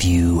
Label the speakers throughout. Speaker 1: you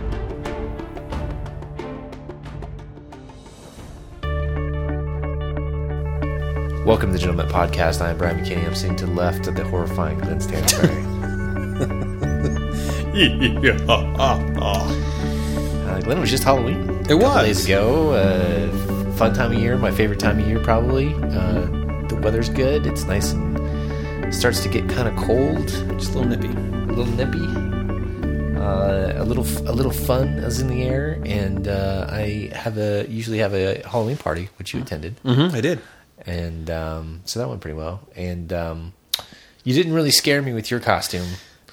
Speaker 2: Welcome to the Gentleman Podcast. I'm Brian McKinney. I'm sitting to the left of the horrifying Glenn Stansberry. uh, Glenn, it was just Halloween. a couple
Speaker 3: was.
Speaker 2: days ago. Uh, fun time of year. My favorite time of year, probably. Uh, the weather's good. It's nice and starts to get kind of cold,
Speaker 3: Just a little nippy.
Speaker 2: a little nippy, uh, a little a little fun is in the air. And uh, I have a usually have a Halloween party, which you attended.
Speaker 3: Mm-hmm. I did.
Speaker 2: and um, so that went pretty well. And um, you didn't really scare me with your costume.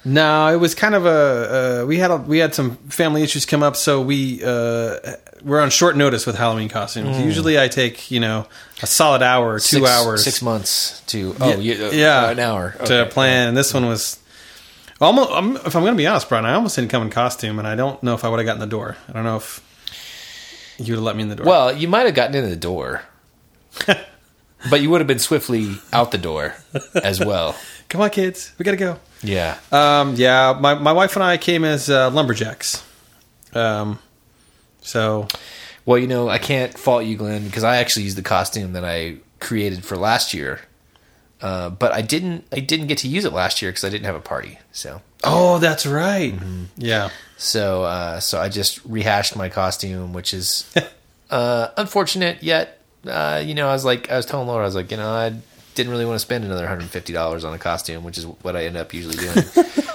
Speaker 3: No, it was kind of a uh, we had a, we had some family issues come up, so we uh, we're on short notice with Halloween costumes. Usually, I take you know a solid hour, two
Speaker 2: Mm. Six-
Speaker 3: hours,
Speaker 2: six months to oh yeah, you, uh,
Speaker 3: yeah,
Speaker 2: an hour
Speaker 3: to
Speaker 2: Okay.
Speaker 3: plan. And this one was almost. I'm, if I'm going to be honest, Brian, I almost didn't come in costume, and I don't know if I would have gotten the door. I don't know if you would have let me in the door.
Speaker 2: Well, you might have gotten in the door, but you would have been swiftly out the door as well.
Speaker 3: come on, kids, we got to go.
Speaker 2: Yeah,
Speaker 3: Um, yeah, my, my wife and I came as uh, lumberjacks. Um, so
Speaker 2: Well, you know, I can't fault you, Glenn, because I actually used the costume that I created for last year. Uh, but I didn't. I didn't get to use it last year because I didn't have a party. So,
Speaker 3: Oh, that's right. Yeah.
Speaker 2: so, uh, so I just rehashed my costume, which is uh, unfortunate. Yet, uh, you know, I was like, I was telling Laura, I was like, you know, I didn't really want to spend another hundred fifty dollars on a costume, which is what I end up usually doing.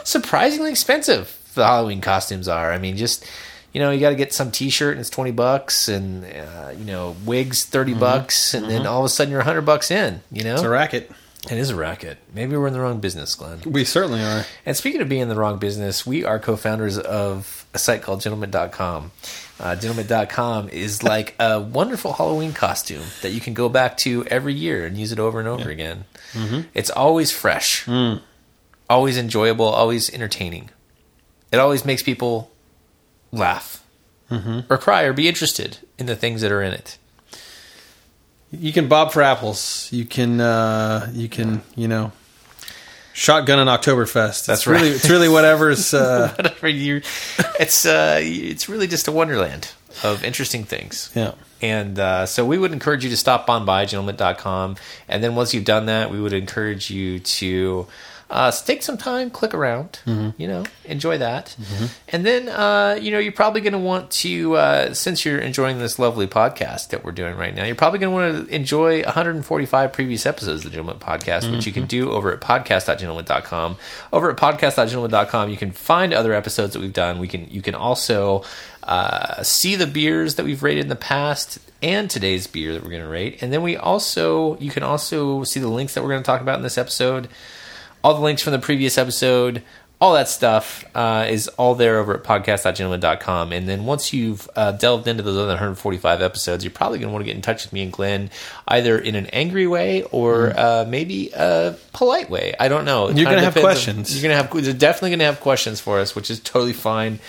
Speaker 2: Surprisingly expensive the Halloween costumes are. I mean, just you know, you got to get some T-shirt and it's twenty bucks, and uh, you know, wigs 30 bucks, and then all of a sudden you're hundred bucks in. You know,
Speaker 3: It's a racket.
Speaker 2: it is a Mm-hmm. racket. Maybe we're in the wrong business, Glenn.
Speaker 3: We certainly are.
Speaker 2: And speaking of being in the wrong business, we are co founders of a site called gentleman.com. Uh, gentleman.com is like a wonderful Halloween costume that you can go back to every year and use it over and over again. It's always fresh, always enjoyable, always entertaining. It always makes people laugh or cry or be interested in the things that are in it.
Speaker 3: You can bob for apples. You can uh you can, you know, shotgun an Oktoberfest.
Speaker 2: That's
Speaker 3: it's really
Speaker 2: right.
Speaker 3: it's really whatever's uh
Speaker 2: Whatever you- it's, uh, it's really just a wonderland of interesting things.
Speaker 3: yeah.
Speaker 2: And uh, so we would encourage you to stop on by gentleman.com. And then once you've done that, we would encourage you to uh, take some time, click around, you know, enjoy that. And then, uh, you know, you're probably going to want to, uh, since you're enjoying this lovely podcast that we're doing right now, you're probably going to want to enjoy 145 previous episodes of the Gentleman Podcast, which you can do over at podcast.gentleman.com. Over at podcast.gentleman.com, you can find other episodes that we've done. We can, you can also uh, see the beers that we've rated in the past and today's beer that we're going to rate. And then we also, you can also see the links that we're going to talk about in this episode. All the links from the previous episode, all that stuff uh, is all there over at podcast.gentleman.com. And then once you've uh, delved into those other 145 episodes, you're probably going to want to get in touch with me and Glenn either in an angry way or uh, maybe a polite way. I don't know. It
Speaker 3: Hmm. You're
Speaker 2: kinda
Speaker 3: gonna have
Speaker 2: depends on-
Speaker 3: questions.
Speaker 2: you're gonna have they're definitely gonna have questions for us, which is totally fine.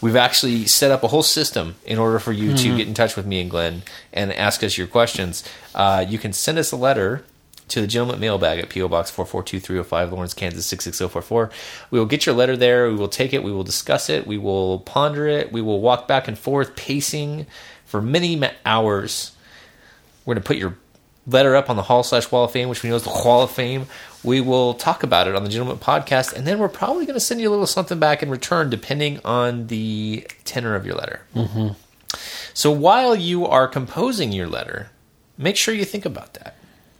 Speaker 2: We've actually set up a whole system in order for you to get in touch with me and Glenn and ask us your questions. Uh, you can send us a letter to the gentleman mailbag at PO Box 442305 Lawrence, Kansas 66044. We will get your letter there. We will take it. We will discuss it. We will ponder it. We will walk back and forth, pacing for many ma- hours. We're going to put your letter up on the Hall slash Wall of Fame, which we know is the Hall of Fame. We will talk about it on the Gentleman Podcast, and then we're probably going to send you a little something back in return, depending on the tenor of your letter. Mm-hmm. So while you are composing your letter, make sure you think about that.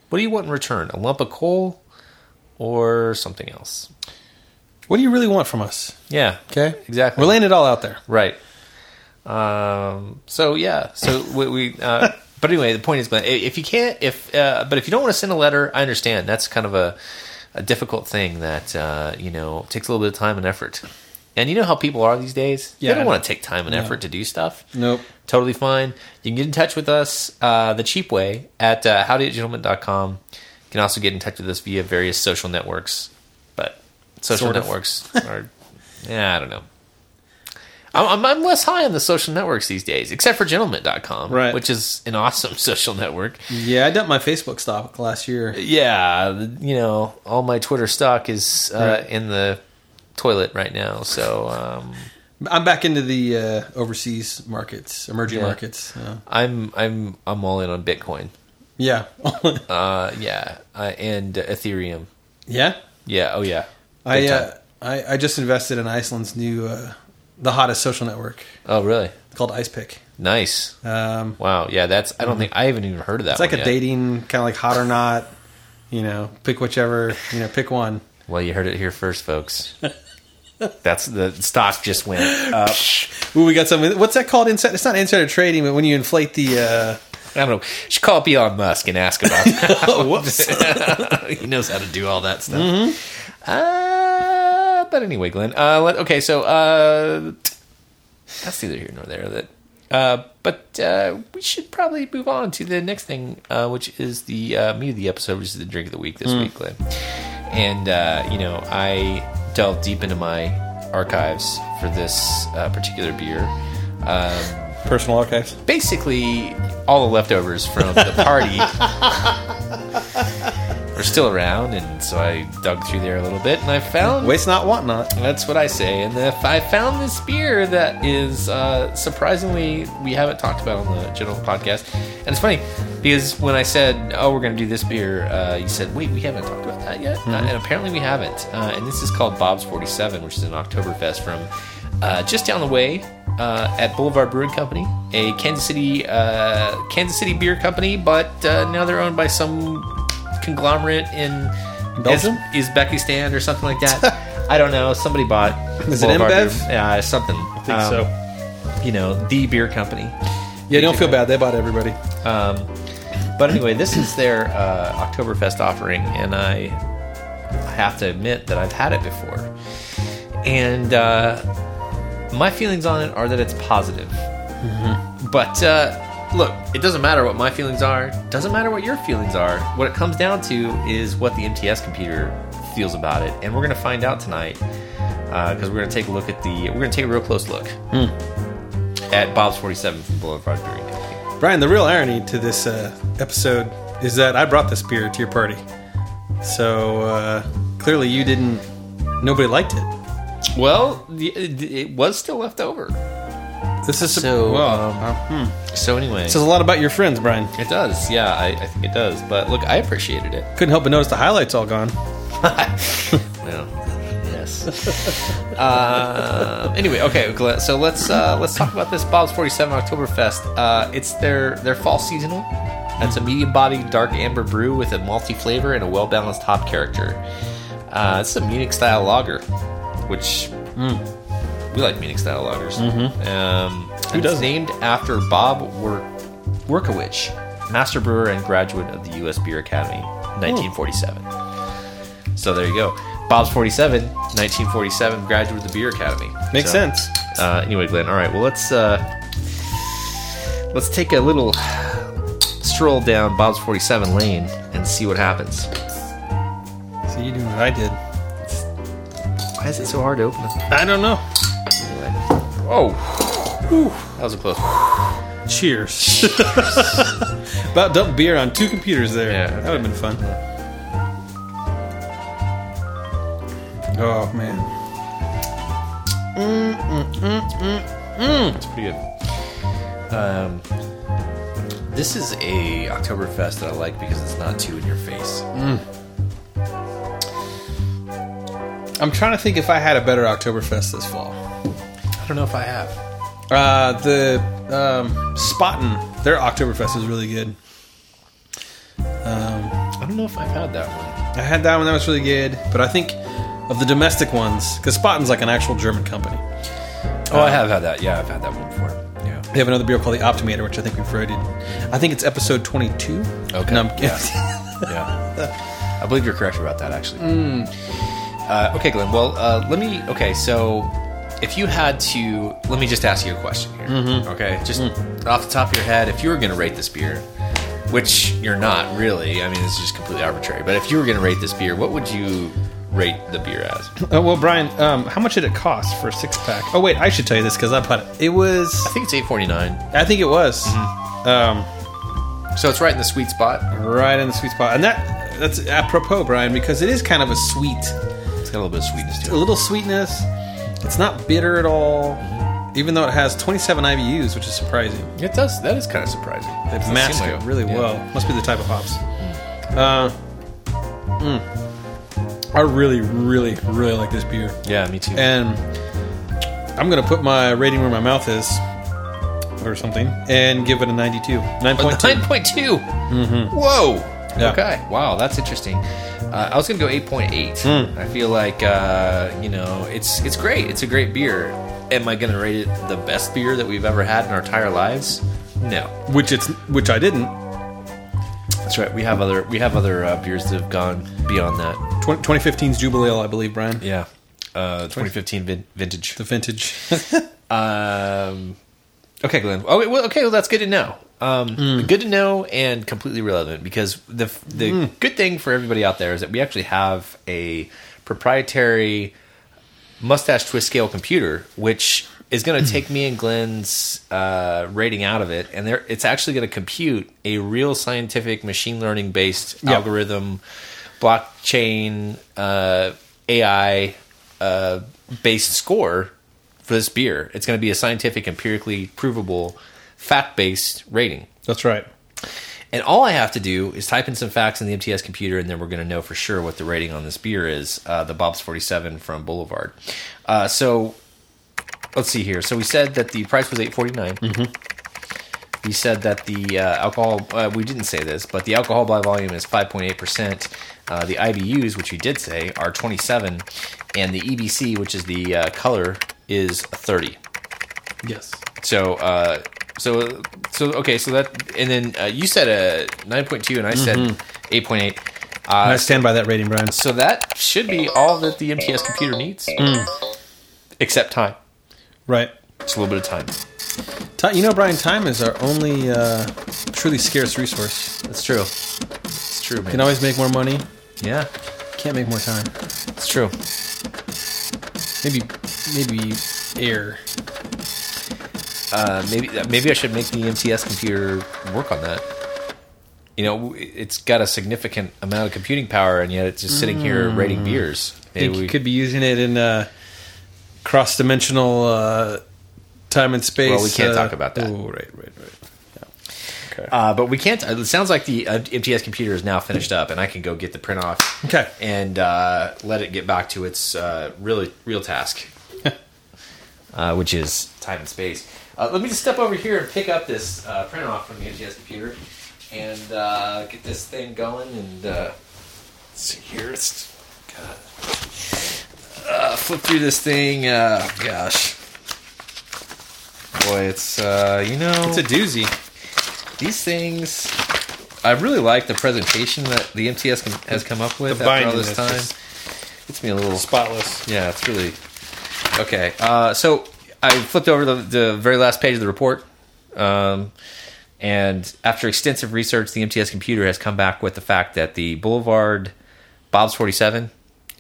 Speaker 2: What do you want in return? A lump of coal or something else?
Speaker 3: What do you really want from us?
Speaker 2: Yeah.
Speaker 3: Okay?
Speaker 2: Exactly.
Speaker 3: We're laying it all out there.
Speaker 2: Right. Um, so yeah. So we. we uh, but anyway, the point is, Glenn, i- if you can't, if uh, but if you don't want to send a letter, I understand. That's kind of a a difficult thing that uh, you know takes a little bit of time and effort. And you know how people are these days.
Speaker 3: Yeah.
Speaker 2: They don't want to take time and effort to do stuff.
Speaker 3: Nope.
Speaker 2: Totally fine. You can get in touch with us uh, the cheap way at uh, howdyatgentleman.com. You can also get in touch with us via various social networks. But social
Speaker 3: Sort of.
Speaker 2: networks are. Yeah, I don't know. I'm, I'm, I'm less high on the social networks these days, except for gentleman.com,
Speaker 3: Right.
Speaker 2: which is an awesome social network.
Speaker 3: Yeah, I dumped my Facebook stock last year.
Speaker 2: Yeah, the- you know, all my Twitter stock is uh, in the toilet right now. So um,
Speaker 3: I'm back into the uh, overseas markets, emerging
Speaker 2: Yeah.
Speaker 3: markets. Uh,
Speaker 2: I'm I'm I'm all in on Bitcoin.
Speaker 3: yeah,
Speaker 2: Uh, yeah, uh, and uh, Ethereum.
Speaker 3: yeah.
Speaker 2: Yeah. Oh yeah.
Speaker 3: I,
Speaker 2: Big
Speaker 3: uh,
Speaker 2: time.
Speaker 3: I I just invested in Iceland's new uh, the hottest social network
Speaker 2: oh really?
Speaker 3: called IcePick.
Speaker 2: Nice.
Speaker 3: Um,
Speaker 2: Wow. Yeah. That's. I don't think I haven't even heard of that.
Speaker 3: Mm-hmm. it's like a
Speaker 2: one yet.
Speaker 3: dating kind of like hot or not. You know, pick whichever. You know, pick one.
Speaker 2: Well, you heard it here first, folks. That's the stock just went up.
Speaker 3: Ooh, we got something. What's that called? Inside? It's not insider trading, but when you inflate the.
Speaker 2: I don't know. Should call up Elon Musk and ask about
Speaker 3: Uh, oh, whoops.
Speaker 2: that. he knows how to do all that stuff. Mm-hmm. Uh, but anyway, Glenn. Uh, let, okay, so uh, that's neither here nor there. That. Uh, but uh, we should probably move on to the next thing, uh, which is the uh, meat of the episode, which is the drink of the week this week, Glenn. And uh, you know, I delved deep into my archives for this uh, particular beer. Um,
Speaker 3: Personal archives.
Speaker 2: basically all the leftovers from the party are still around, and so I dug through there a little bit, and I found.
Speaker 3: Waste not, want not.
Speaker 2: That's what I say, and if I found this beer that is uh, surprisingly we haven't talked about on the general podcast, and it's funny because when I said, "Oh, we're going to do this beer," uh, you said, "Wait, we haven't talked about that yet," Uh, and apparently we haven't. Uh, and this is called Bob's Forty Seven, which is an Oktoberfest from uh, just down the way uh, at Boulevard Brewing Company, a Kansas City uh, Kansas City beer company, but uh, now they're owned by some conglomerate in
Speaker 3: Belgium?
Speaker 2: Uz- Uzbekistan or something like that. I don't know. Somebody bought.
Speaker 3: Is it
Speaker 2: Boulevard
Speaker 3: InBev?
Speaker 2: Beer- Yeah, something. I
Speaker 3: think so.
Speaker 2: You know, the beer company.
Speaker 3: Yeah, don't feel bad. They bought everybody.
Speaker 2: Um, but anyway, this is their uh, Oktoberfest offering, and I I have to admit that I've had it before. And uh, my feelings on it are that it's positive. But uh, look, it doesn't matter what my feelings are, doesn't matter what your feelings are. What it comes down to is what the MTS computer feels about it. And we're going to find out tonight because we're going to take a look at the, we're going to take a real close look at Bob's 47 from Boulevard Brewing Company.
Speaker 3: Brian, the real irony to this uh, episode is that I brought this beer to your party. So uh, clearly you didn't. Nobody liked it.
Speaker 2: Well, the- it it was still left over.
Speaker 3: This is
Speaker 2: So,
Speaker 3: well,
Speaker 2: um,
Speaker 3: uh, hmm.
Speaker 2: So anyway,
Speaker 3: says a lot about your friends, Brian.
Speaker 2: it does. Yeah, I, I think it does. But look, I appreciated it.
Speaker 3: Couldn't help but notice the highlights all gone.
Speaker 2: Well, yes. uh, anyway, okay. Glenn, So let's uh, let's talk about this Bob's Forty Seven Oktoberfest. Uh, it's their their fall seasonal. That's a medium-bodied dark amber brew with a malty flavor and a well-balanced hop character. Uh, it's a Munich-style lager, which we like Munich-style lagers. Um, and it's
Speaker 3: doesn't?
Speaker 2: named after Bob Wor- Workowicz, master brewer and graduate of the U.S. Beer Academy,
Speaker 3: Hmm.
Speaker 2: 1947. So there you go. Bob's 47, 1947, graduate of the Beer Academy.
Speaker 3: Makes
Speaker 2: So,
Speaker 3: sense.
Speaker 2: Uh, anyway, Glenn. All right. Well, let's uh, let's take a little stroll down Bob's 47 lane and see what happens.
Speaker 3: So you do what I did.
Speaker 2: Why is it so hard to open? It?
Speaker 3: I don't know.
Speaker 2: Anyway. Oh, Whew. that was a close. one.
Speaker 3: Cheers. about dump beer on two computers there.
Speaker 2: Yeah,
Speaker 3: That would have been fun. Oh man.
Speaker 2: That's pretty good. Um, this is a Oktoberfest that I like because it's not too in your face.
Speaker 3: I'm trying to think if I had a better Oktoberfest this fall.
Speaker 2: I don't know if I have.
Speaker 3: Uh, the um, Spaten, their Oktoberfest is really good.
Speaker 2: I don't know if I've had that one.
Speaker 3: I had that one; that was really good. But I think of the domestic ones, because Spaten's like an actual German company.
Speaker 2: Oh, I have had that. Yeah, I've had that one before. Yeah.
Speaker 3: They have another beer called the Optimator, which I think we've rated. I think it's episode 22.
Speaker 2: Okay,
Speaker 3: No, I'm-
Speaker 2: yeah. Yeah. I believe you're correct about that, actually. Uh, okay, Glenn. Well, uh, let me. Okay, so if you had to. Let me just ask you a question here. Okay, just off the top of your head, if you were going to rate this beer, which you're not really, I mean, this is just completely arbitrary, but if you were going to rate this beer, what would you rate the beer as.
Speaker 3: Oh, well, Brian, um, how much did it cost for a six pack? Oh wait, I should tell you this because I bought it. It was,
Speaker 2: I think it's eight forty nine,
Speaker 3: I think it was,
Speaker 2: Mm-hmm.
Speaker 3: um,
Speaker 2: so it's right in the sweet spot.
Speaker 3: right in the sweet spot, and that that's apropos, Brian, because it is kind of a sweet
Speaker 2: It's got a little bit of sweetness
Speaker 3: a
Speaker 2: to it.
Speaker 3: little sweetness. It's not bitter at all, even though it has 27 IBUs, which is surprising.
Speaker 2: It does. That is kind of surprising.
Speaker 3: They
Speaker 2: Doesn't seem
Speaker 3: mask
Speaker 2: like
Speaker 3: it really
Speaker 2: yeah.
Speaker 3: well. Must be the type of hops. Uh, mm. I really, really, really like this beer,
Speaker 2: Yeah, me too.
Speaker 3: and I'm gonna put my rating where my mouth is, or something, and give it a 92, 9.2.
Speaker 2: Nine point two. Mm-hmm. Whoa.
Speaker 3: Yeah.
Speaker 2: Okay. Wow, that's interesting. Uh, I was gonna go eight point eight. I feel like uh, you know it's it's great. It's a great beer. Am I gonna rate it the best beer that we've ever had in our entire lives? No.
Speaker 3: Which it's, which I didn't.
Speaker 2: That's right. We have other we have other uh, beers that have gone beyond that.
Speaker 3: 20, 2015's Jubilee Ale, I believe, Brian.
Speaker 2: Yeah. Uh, 2015 vin- vintage.
Speaker 3: The vintage.
Speaker 2: Um, okay, Glenn. Oh, well, okay. Well, that's good to know. Um, Good to know and completely relevant because the the good thing for everybody out there is that we actually have a proprietary mustache twist scale computer, which is going to take me and Glenn's uh, rating out of it, and there it's actually going to compute a real scientific machine learning based
Speaker 3: Yeah.
Speaker 2: algorithm, blockchain, uh, AI uh, based score for this beer. It's going to be a scientific, empirically provable, fact based rating.
Speaker 3: That's right.
Speaker 2: And all I have to do is type in some facts in the MTS computer, and then we're going to know for sure what the rating on this beer is. Uh, the Bob's 47 from Boulevard. Uh, so let's see here. So we said that the price was 8.49. We said that the uh, alcohol. Uh, we didn't say this, but the alcohol by volume is 5.8 percent. Uh, the IBUs, which you did say, are 27, and the EBC, which is the uh, color, is 30.
Speaker 3: Yes.
Speaker 2: So, uh, so, so, okay, so that, and then uh, you said a 9.2 and I said
Speaker 3: Mm-hmm.
Speaker 2: 8.8.
Speaker 3: I
Speaker 2: Uh,
Speaker 3: stand by that rating, Brian.
Speaker 2: so that should be all that the MTS computer needs,
Speaker 3: Mm.
Speaker 2: except time.
Speaker 3: Right.
Speaker 2: Just a little bit of time.
Speaker 3: Ti you know, Brian, time is our only uh, truly scarce resource.
Speaker 2: That's true. It's true, man.
Speaker 3: Can always make more money.
Speaker 2: yeah,
Speaker 3: Can't make more time.
Speaker 2: it's true.
Speaker 3: Maybe, maybe air.
Speaker 2: Uh, maybe, maybe I should make the MTS computer work on that. You know, it's got a significant amount of computing power, and yet it's just sitting here rating beers.
Speaker 3: I think you could be using Mm. it in uh, cross-dimensional uh, time and space.
Speaker 2: Well, we can't
Speaker 3: uh,
Speaker 2: talk about that.
Speaker 3: Oh, right, right, right. Yeah. Okay.
Speaker 2: Uh, but we can't. It sounds like the uh, MTS computer is now finished up, and I can go get the print off.
Speaker 3: Okay.
Speaker 2: And uh, let it get back to its uh, really real task, uh, which is time and space. Uh, let me just step over here and pick up this uh, print off from the MTS computer and uh, get this thing going. And uh, let's see here. It's God. Uh, flip through this thing. Uh, gosh. Boy, it's uh, you know
Speaker 3: it's a doozy.
Speaker 2: these things i really like the presentation that the mts com- has come up with
Speaker 3: The
Speaker 2: after all
Speaker 3: binding
Speaker 2: this
Speaker 3: is
Speaker 2: time
Speaker 3: just-
Speaker 2: it's me a little
Speaker 3: Spotless.
Speaker 2: yeah it's really okay uh, so i flipped over the, the very last page of the report um, and after extensive research the mts computer has come back with the fact that the boulevard bob's 47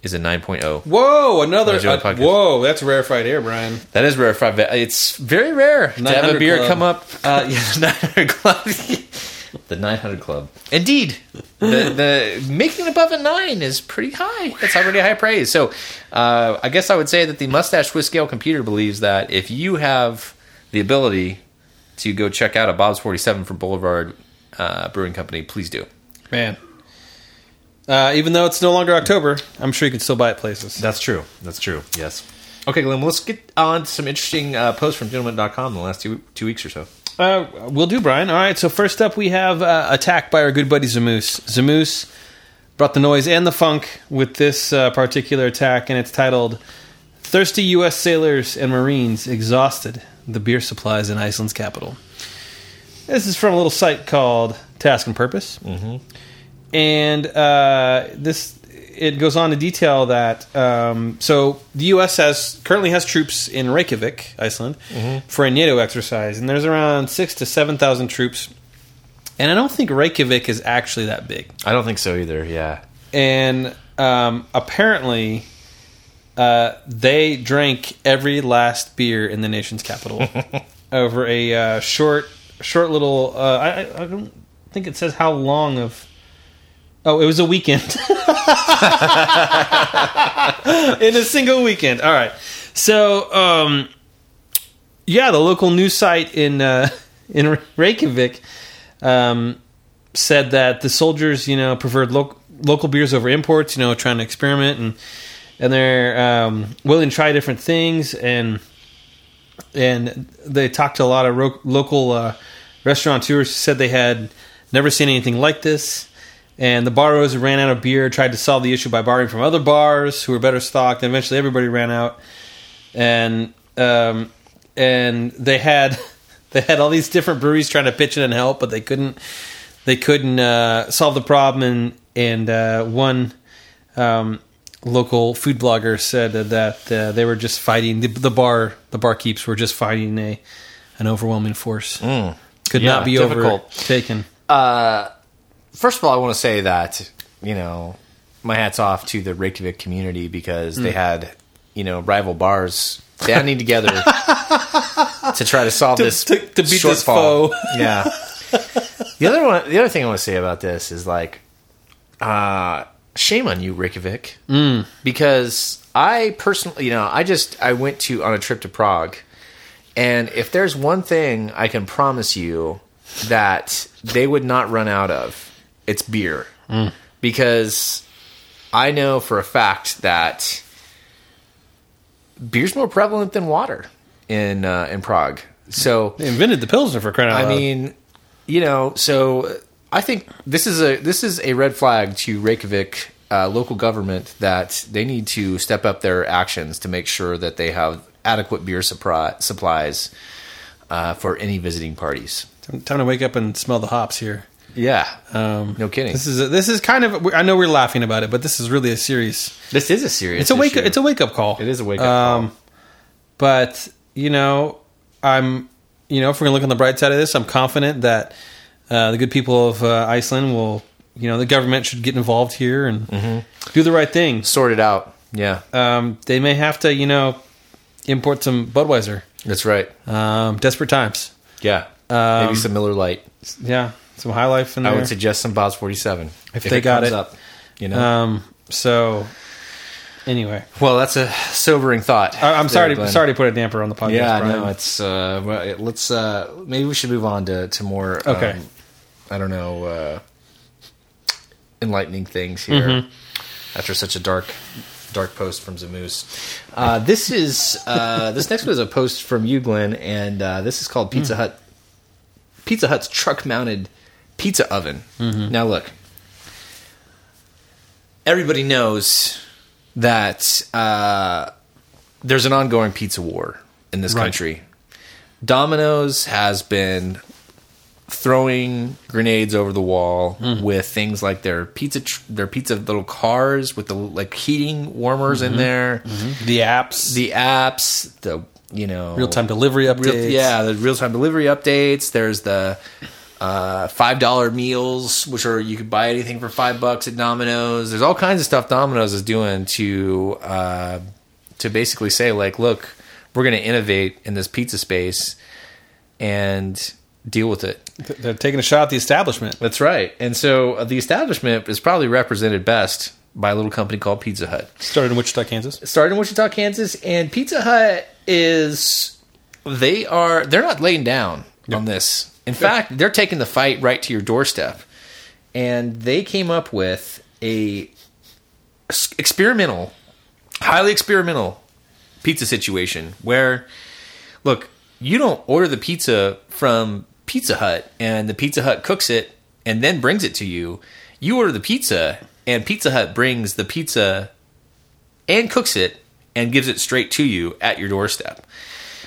Speaker 2: is a oh. 9.0
Speaker 3: Whoa! Another.
Speaker 2: Enjoy the
Speaker 3: uh,
Speaker 2: podcast.
Speaker 3: whoa! That's rarefied air, Brian.
Speaker 2: that is rare for- it's very rare to have a
Speaker 3: 900
Speaker 2: beer
Speaker 3: Club.
Speaker 2: come up uh, yeah, 900 club The 900 Club. Indeed. The, the making above a nine is pretty high. That's already high praise. So uh, I guess I would say that the Mustache Twist Scale computer believes that if you have the ability to go check out a Bob's 47 from Boulevard uh, Brewing Company, please do.
Speaker 3: Man. Uh, even though it's no longer October, I'm sure you can still buy it places.
Speaker 2: That's true. That's true. Yes. Okay, Glenn, well, let's get on to some interesting uh, posts from gentleman.com in the last two, two weeks or so.
Speaker 3: Uh, we'll do, Brian. All right. So first up, we have uh, attack by our good buddy Zamoose. Zamoose brought the noise and the funk with this uh, particular attack, and it's titled "Thirsty U.S. Sailors and Marines Exhausted the Beer Supplies in Iceland's Capital." This is from a little site called Task and Purpose, mm-hmm. and uh, this it goes on to detail that um, so the U.S. has currently has troops in Reykjavik, Iceland, for a NATO exercise, and there's around six to seven thousand troops, and I don't think Reykjavik is actually that big,
Speaker 2: I don't think so either. Yeah.
Speaker 3: and um, apparently uh, they drank every last beer in the nation's capital over a uh, short, short little. Uh, I, I- I don't think it says how long of. Oh, it was a weekend. in a single weekend. All right. So, um, yeah, the local news site in uh, in Reykjavik um, said that the soldiers, you know, preferred lo- local beers over imports. You know, trying to experiment and and they're um, willing to try different things and and they talked to a lot of ro- local uh, restaurateurs who said they had never seen anything like this. And the bar owners who ran out of beer, tried to solve the issue by borrowing from other bars who were better stocked. And eventually, everybody ran out, and um, and they had they had all these different breweries trying to pitch in and help, but they couldn't they couldn't uh, solve the problem. And and uh, one um, local food blogger said that uh, they were just fighting the, the bar the barkeeps were just fighting a an overwhelming force could
Speaker 2: Mm. Yeah,
Speaker 3: not be
Speaker 2: difficult.
Speaker 3: overtaken
Speaker 2: first of all, I want to say that you know my hats off to the Reykjavik community because
Speaker 3: Mm.
Speaker 2: they had you know rival bars banding together to try to solve this
Speaker 3: to- to beat this
Speaker 2: shortfall.
Speaker 3: foe.
Speaker 2: Yeah. the other one, the other thing I want to say about this is like, uh, shame on you, Reykjavik,
Speaker 3: Mm.
Speaker 2: because I personally, you know, I just I went to on a trip to Prague. And if there's one thing I can promise you that they would not run out of, it's beer. Because I know for a fact that beer's more prevalent than water in uh, in Prague. So
Speaker 3: they invented the pilsner for crying out
Speaker 2: I
Speaker 3: loud
Speaker 2: mean, you know, so uh, I think this is a this is a red flag to Reykjavik uh, local government that they need to step up their actions to make sure that they have adequate beer suppri- supplies uh, for any visiting parties.
Speaker 3: time to wake up and smell the hops here
Speaker 2: Yeah,
Speaker 3: um,
Speaker 2: no kidding.
Speaker 3: This is a, this is kind of I know we're laughing about it, but this is really a serious.
Speaker 2: This is a Um, serious.
Speaker 3: It's a wake
Speaker 2: issue.
Speaker 3: it's a wake up call.
Speaker 2: It is a wake-up call.
Speaker 3: But you know, I'm you know if we're gonna look on the bright side of this, I'm confident that uh, the good people of uh, Iceland will you know the government should get involved here and
Speaker 2: Mm-hmm.
Speaker 3: do the right thing.
Speaker 2: Sort it out. Yeah,
Speaker 3: Um, they may have to you know import some Budweiser.
Speaker 2: that's right.
Speaker 3: Um, desperate times.
Speaker 2: Yeah, maybe some Miller Lite.
Speaker 3: Yeah, some high life in um, there.
Speaker 2: I would suggest some Bob's Forty Seven
Speaker 3: If they got it.
Speaker 2: up. You know.
Speaker 3: um, so anyway,
Speaker 2: well, that's a sobering thought.
Speaker 3: I, I'm
Speaker 2: there,
Speaker 3: sorry.
Speaker 2: Glenn.
Speaker 3: sorry to put a damper on the podcast.
Speaker 2: yeah,
Speaker 3: Brian.
Speaker 2: no, it's uh, well, it- let's uh, maybe we should move on to to more.
Speaker 3: Okay.
Speaker 2: um, I don't know, uh, enlightening things here
Speaker 3: Mm-hmm.
Speaker 2: after such a dark dark post from Zamoose. Uh, this is uh, this next one is a post from you, Glenn, and uh, this is called
Speaker 3: Mm.
Speaker 2: Pizza Hut. Pizza Hut's truck mounted pizza oven. Now look, everybody knows that uh, there's an ongoing pizza war in this
Speaker 3: Right.
Speaker 2: country. Domino's has been throwing grenades over the wall with things like their pizza tr- their pizza little cars with the like heating warmers in there,
Speaker 3: the apps,
Speaker 2: the apps, the you know
Speaker 3: real time delivery updates.
Speaker 2: Real- yeah, the real time delivery updates. There's the uh, five dollar meals, which are you could buy anything for five bucks at Domino's. There's all kinds of stuff Domino's is doing to uh, to basically say like, look, we're going to innovate in this pizza space and deal with it.
Speaker 3: Th- They're taking a shot at the establishment.
Speaker 2: That's right. And so uh, the establishment is probably represented best by a little company called Pizza Hut
Speaker 3: Started in Wichita, Kansas.
Speaker 2: started in Wichita, Kansas, and Pizza Hut is they are they're not laying down on this. In fact, they're taking the fight right to your doorstep. And they came up with a s- experimental, highly experimental pizza situation where look, you don't order the pizza from Pizza Hut and the Pizza Hut cooks it and then brings it to you. You order the pizza and Pizza Hut brings the pizza and cooks it and gives it straight to you at your doorstep,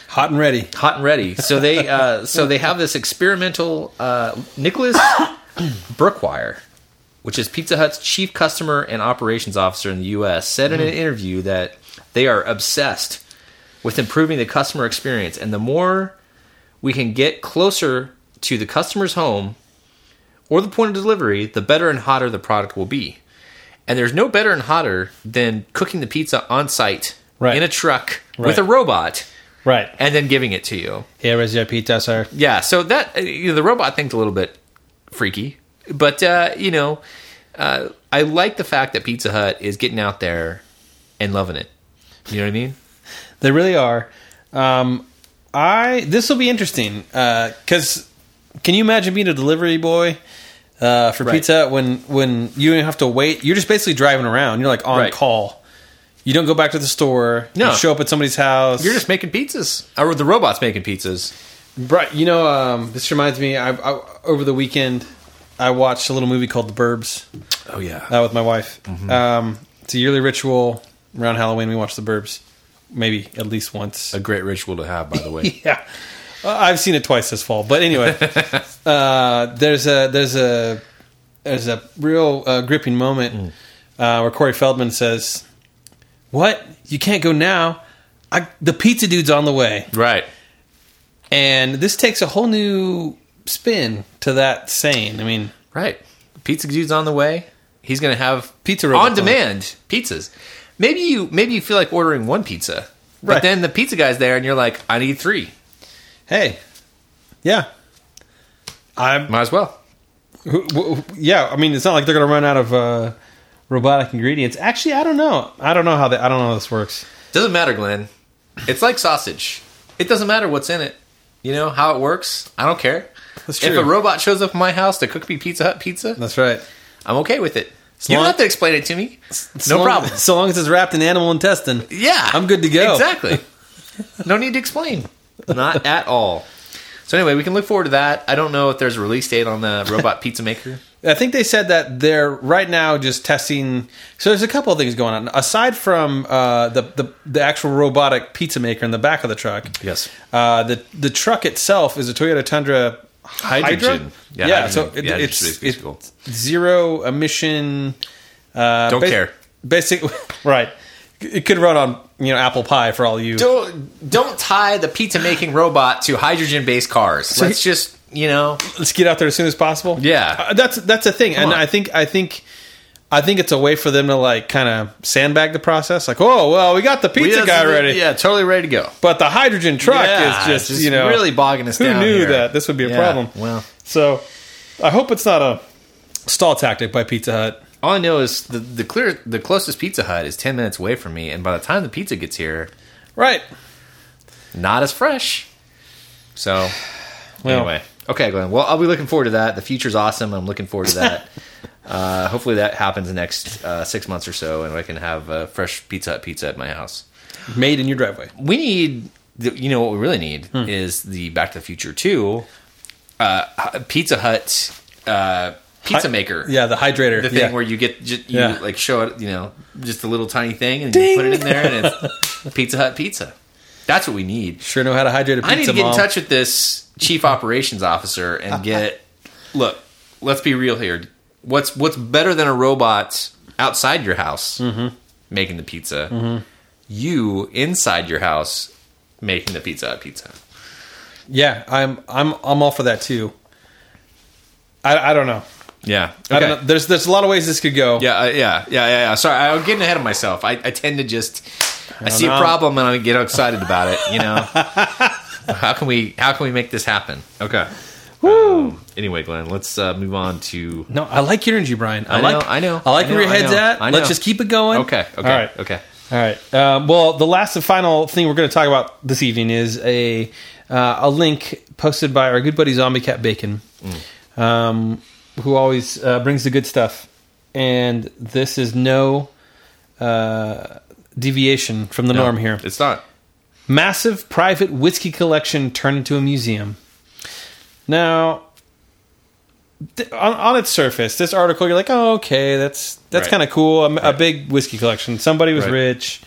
Speaker 3: Hot and ready.
Speaker 2: hot and ready. So they uh, so they have this experimental uh, Nicholas Brookwire, which is Pizza Hut's chief customer and operations officer in the U.S., said in
Speaker 3: Mm-hmm.
Speaker 2: an interview that they are obsessed with improving the customer experience, and the more we can get closer to the customer's home or the point of delivery, the better and hotter the product will be. And there's no better and hotter than cooking the pizza on site
Speaker 3: Right.
Speaker 2: in a truck
Speaker 3: Right.
Speaker 2: with a robot
Speaker 3: Right.
Speaker 2: and then giving it to you.
Speaker 3: Here is your pizza, sir.
Speaker 2: Yeah, so that uh, you know, the robot thing's a little bit freaky, but uh, you know, uh, I like the fact that Pizza Hut is getting out there and loving it. You know what I mean?
Speaker 3: They really are. Um, I this will be interesting because can you imagine being a delivery boy uh, for
Speaker 2: Right.
Speaker 3: pizza when when you don't have to wait? You're just basically driving around. You're like on
Speaker 2: Right.
Speaker 3: call. You don't go back to the store.
Speaker 2: No.
Speaker 3: You show up at somebody's house.
Speaker 2: You're just making pizzas, or the robot's making pizzas.
Speaker 3: Right. You know, um, this reminds me. I, I over the weekend, I watched a little movie called The Burbs
Speaker 2: Oh yeah,
Speaker 3: uh, with my wife.
Speaker 2: Mm-hmm.
Speaker 3: Um, it's a yearly ritual around Halloween. We watch The Burbs, maybe at least once.
Speaker 2: a great ritual to have, by the way.
Speaker 3: Yeah, Well, I've seen it twice this fall. But anyway, uh, there's a there's a there's a real uh, gripping moment
Speaker 2: Mm.
Speaker 3: uh, where Corey Feldman says, "What? You can't go now. I, the pizza dude's on the way."
Speaker 2: right.
Speaker 3: And this takes a whole new spin to that saying. I mean,
Speaker 2: Right. Pizza dude's on the way. He's going to have
Speaker 3: Pizza robot
Speaker 2: on demand pizzas. Maybe you maybe you feel like ordering one pizza, but
Speaker 3: Right.
Speaker 2: then the pizza guy's there and you're like, I need three.
Speaker 3: hey, yeah, I'm.
Speaker 2: Might as well.
Speaker 3: who- wh- wh- Yeah, I mean, it's not like they're going to run out of uh, robotic ingredients. Actually, I don't know. I don't know how that. I don't know how this works.
Speaker 2: Doesn't matter, Glenn. It's like sausage. It doesn't matter what's in it. You know how it works. I don't care.
Speaker 3: That's
Speaker 2: If
Speaker 3: true.
Speaker 2: a robot shows up at my house to cook me Pizza Hut pizza,
Speaker 3: That's right.
Speaker 2: I'm okay with it. You don't
Speaker 3: long-
Speaker 2: have to explain it to me.
Speaker 3: So
Speaker 2: No
Speaker 3: long-
Speaker 2: problem.
Speaker 3: So long as it's wrapped in animal intestine.
Speaker 2: Yeah.
Speaker 3: I'm good to go.
Speaker 2: Exactly. no need to explain. Not at all. So anyway, we can look forward to that. I don't know if there's a release date on the robot pizza maker.
Speaker 3: I think they said that they're right now just testing. So there's a couple of things going on aside from uh, the, the the actual robotic pizza maker in the back of the truck.
Speaker 2: Yes.
Speaker 3: Uh, the the truck itself is a Toyota Tundra
Speaker 2: Hydrogen.
Speaker 3: Hydra?
Speaker 2: Yeah,
Speaker 3: Yeah.
Speaker 2: hydrogen.
Speaker 3: So it,
Speaker 2: Yeah,
Speaker 3: it's,
Speaker 2: it's
Speaker 3: it's
Speaker 2: cool.
Speaker 3: zero emission. Uh,
Speaker 2: Don't care.
Speaker 3: Basic. Right. It could run on you know apple pie for all you.
Speaker 2: Don't don't tie the pizza making robot to hydrogen based cars. Let's just you know
Speaker 3: let's get out there as soon as possible.
Speaker 2: Yeah.
Speaker 3: Uh, that's that's a thing,
Speaker 2: on.
Speaker 3: and I think I think I think it's a way for them to like kind of sandbag the process. Like, oh well, we got the pizza
Speaker 2: Yeah,
Speaker 3: guy ready,
Speaker 2: Yeah, totally ready to go.
Speaker 3: but the hydrogen truck
Speaker 2: Yeah,
Speaker 3: is just,
Speaker 2: it's
Speaker 3: you know
Speaker 2: really bogging us
Speaker 3: who
Speaker 2: down.
Speaker 3: knew
Speaker 2: here.
Speaker 3: that this would be a
Speaker 2: Yeah,
Speaker 3: problem.
Speaker 2: Well,
Speaker 3: So I hope it's not a stall tactic by Pizza Hut.
Speaker 2: all I know is the the clear the closest Pizza Hut is ten minutes away from me, and by the time the pizza gets here,
Speaker 3: Right.
Speaker 2: not as fresh. So
Speaker 3: Well,
Speaker 2: anyway, okay, Glenn. Well, I'll be looking forward to that. The future's awesome. I'm looking forward to that. uh, hopefully, that happens in the next uh, six months or so, and I can have uh, fresh Pizza Hut pizza at my house.
Speaker 3: made in your driveway.
Speaker 2: We need, the, you know, what we really need
Speaker 3: Hmm.
Speaker 2: is the Back to the Future Two, uh, Pizza Hut uh, pizza maker.
Speaker 3: Yeah, the hydrator.
Speaker 2: the thing
Speaker 3: yeah.
Speaker 2: where you get just, you
Speaker 3: Yeah.
Speaker 2: like show it, you know, just a little tiny thing and you put it in there, and it's Pizza Hut pizza. That's what we need.
Speaker 3: sure know how to hydrate a pizza.
Speaker 2: I need to get
Speaker 3: mom.
Speaker 2: in touch with this chief operations officer and get. look, let's be real here. What's what's better than a robot outside your house
Speaker 3: Mm-hmm.
Speaker 2: making the pizza? You inside your house making the pizza Hut pizza.
Speaker 3: Yeah, I'm I'm I'm all for that too. I I don't know.
Speaker 2: Yeah,
Speaker 3: I don't know. There's there's a lot of ways this could go.
Speaker 2: Yeah, uh, yeah, yeah, yeah, yeah. Sorry, I'm getting ahead of myself. I, I tend to just I see
Speaker 3: know.
Speaker 2: a problem and I get excited about it. You know, how can we how can we make this happen? Okay. Woo. anyway, Glenn, let's uh, move on to.
Speaker 3: No, I like your energy, Brian. I,
Speaker 2: I
Speaker 3: like,
Speaker 2: know, I know.
Speaker 3: I like
Speaker 2: I
Speaker 3: where
Speaker 2: know,
Speaker 3: your
Speaker 2: I
Speaker 3: head's
Speaker 2: know,
Speaker 3: at.
Speaker 2: I know.
Speaker 3: Let's just keep it going.
Speaker 2: Okay. Okay.
Speaker 3: All right.
Speaker 2: Okay.
Speaker 3: All right. Um, well, the last and final thing we're going to talk about this evening is a uh, a link posted by our good buddy Zombie Cat Bacon,
Speaker 2: Mm.
Speaker 3: um, who always uh, brings the good stuff, and this is no uh, deviation from the norm here.
Speaker 2: It's not.
Speaker 3: Massive private whiskey collection turned into a museum. Now, th- on, on its surface, this article, you're like, oh, okay, that's that's
Speaker 2: Right.
Speaker 3: kind of cool. A, a big whiskey collection. Somebody was
Speaker 2: Right.
Speaker 3: rich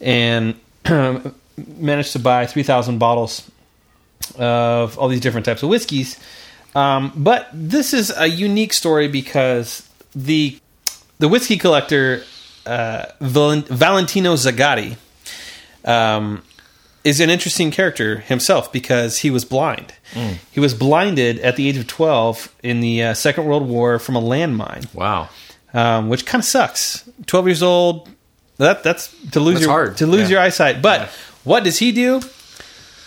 Speaker 3: and managed to buy 3,000 bottles of all these different types of whiskeys. Um, but this is a unique story because the the whiskey collector uh, Val- Valentino Zagatti um, is an interesting character himself because he was blind. He was blinded at the age of 12 in the uh, Second World War from a landmine.
Speaker 2: Wow.
Speaker 3: um, which kind of sucks. Twelve years old, that that's to lose
Speaker 2: That's
Speaker 3: your
Speaker 2: hard.
Speaker 3: to lose
Speaker 2: Yeah.
Speaker 3: your eyesight. But what does he do?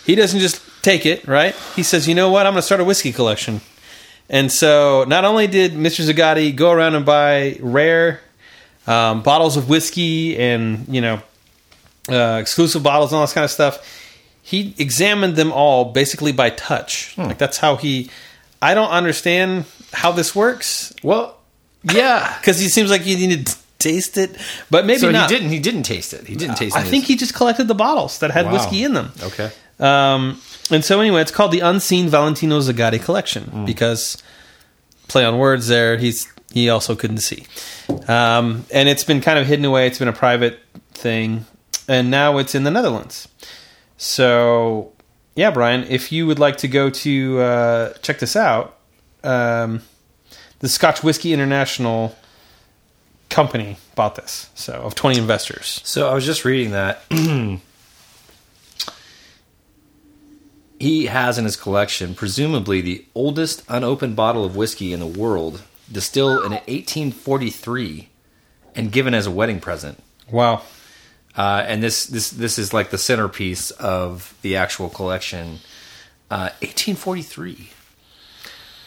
Speaker 3: He doesn't just take it, right? He says, "You know what? I'm going to start a whiskey collection." And so, not only did Mr. Zagatti go around and buy rare um, bottles of whiskey and you know uh, exclusive bottles and all this kind of stuff. He examined them all basically by touch.
Speaker 2: Hmm.
Speaker 3: Like that's how he. I don't understand how this works
Speaker 2: Well, yeah.
Speaker 3: because he seems like he needed to taste it, but maybe
Speaker 2: so
Speaker 3: not.
Speaker 2: he didn't. He didn't taste it. He didn't taste.
Speaker 3: I think he just collected the bottles that had
Speaker 2: Wow.
Speaker 3: whiskey in them.
Speaker 2: Okay.
Speaker 3: Um, and so anyway, it's called the Unseen Valentino Zagatti Collection because play on words there. He's he also couldn't see, um, and it's been kind of hidden away. It's been a private thing, and now it's in the Netherlands. So yeah, Brian, if you would like to go to uh, check this out, um, the Scotch Whiskey International company bought this. So of twenty investors.
Speaker 2: So I was just reading that he has in his collection presumably the oldest unopened bottle of whiskey in the world, distilled in 1843 and given as a wedding present.
Speaker 3: Wow.
Speaker 2: Uh, and this this this is like the centerpiece of the actual collection. Uh, 1843.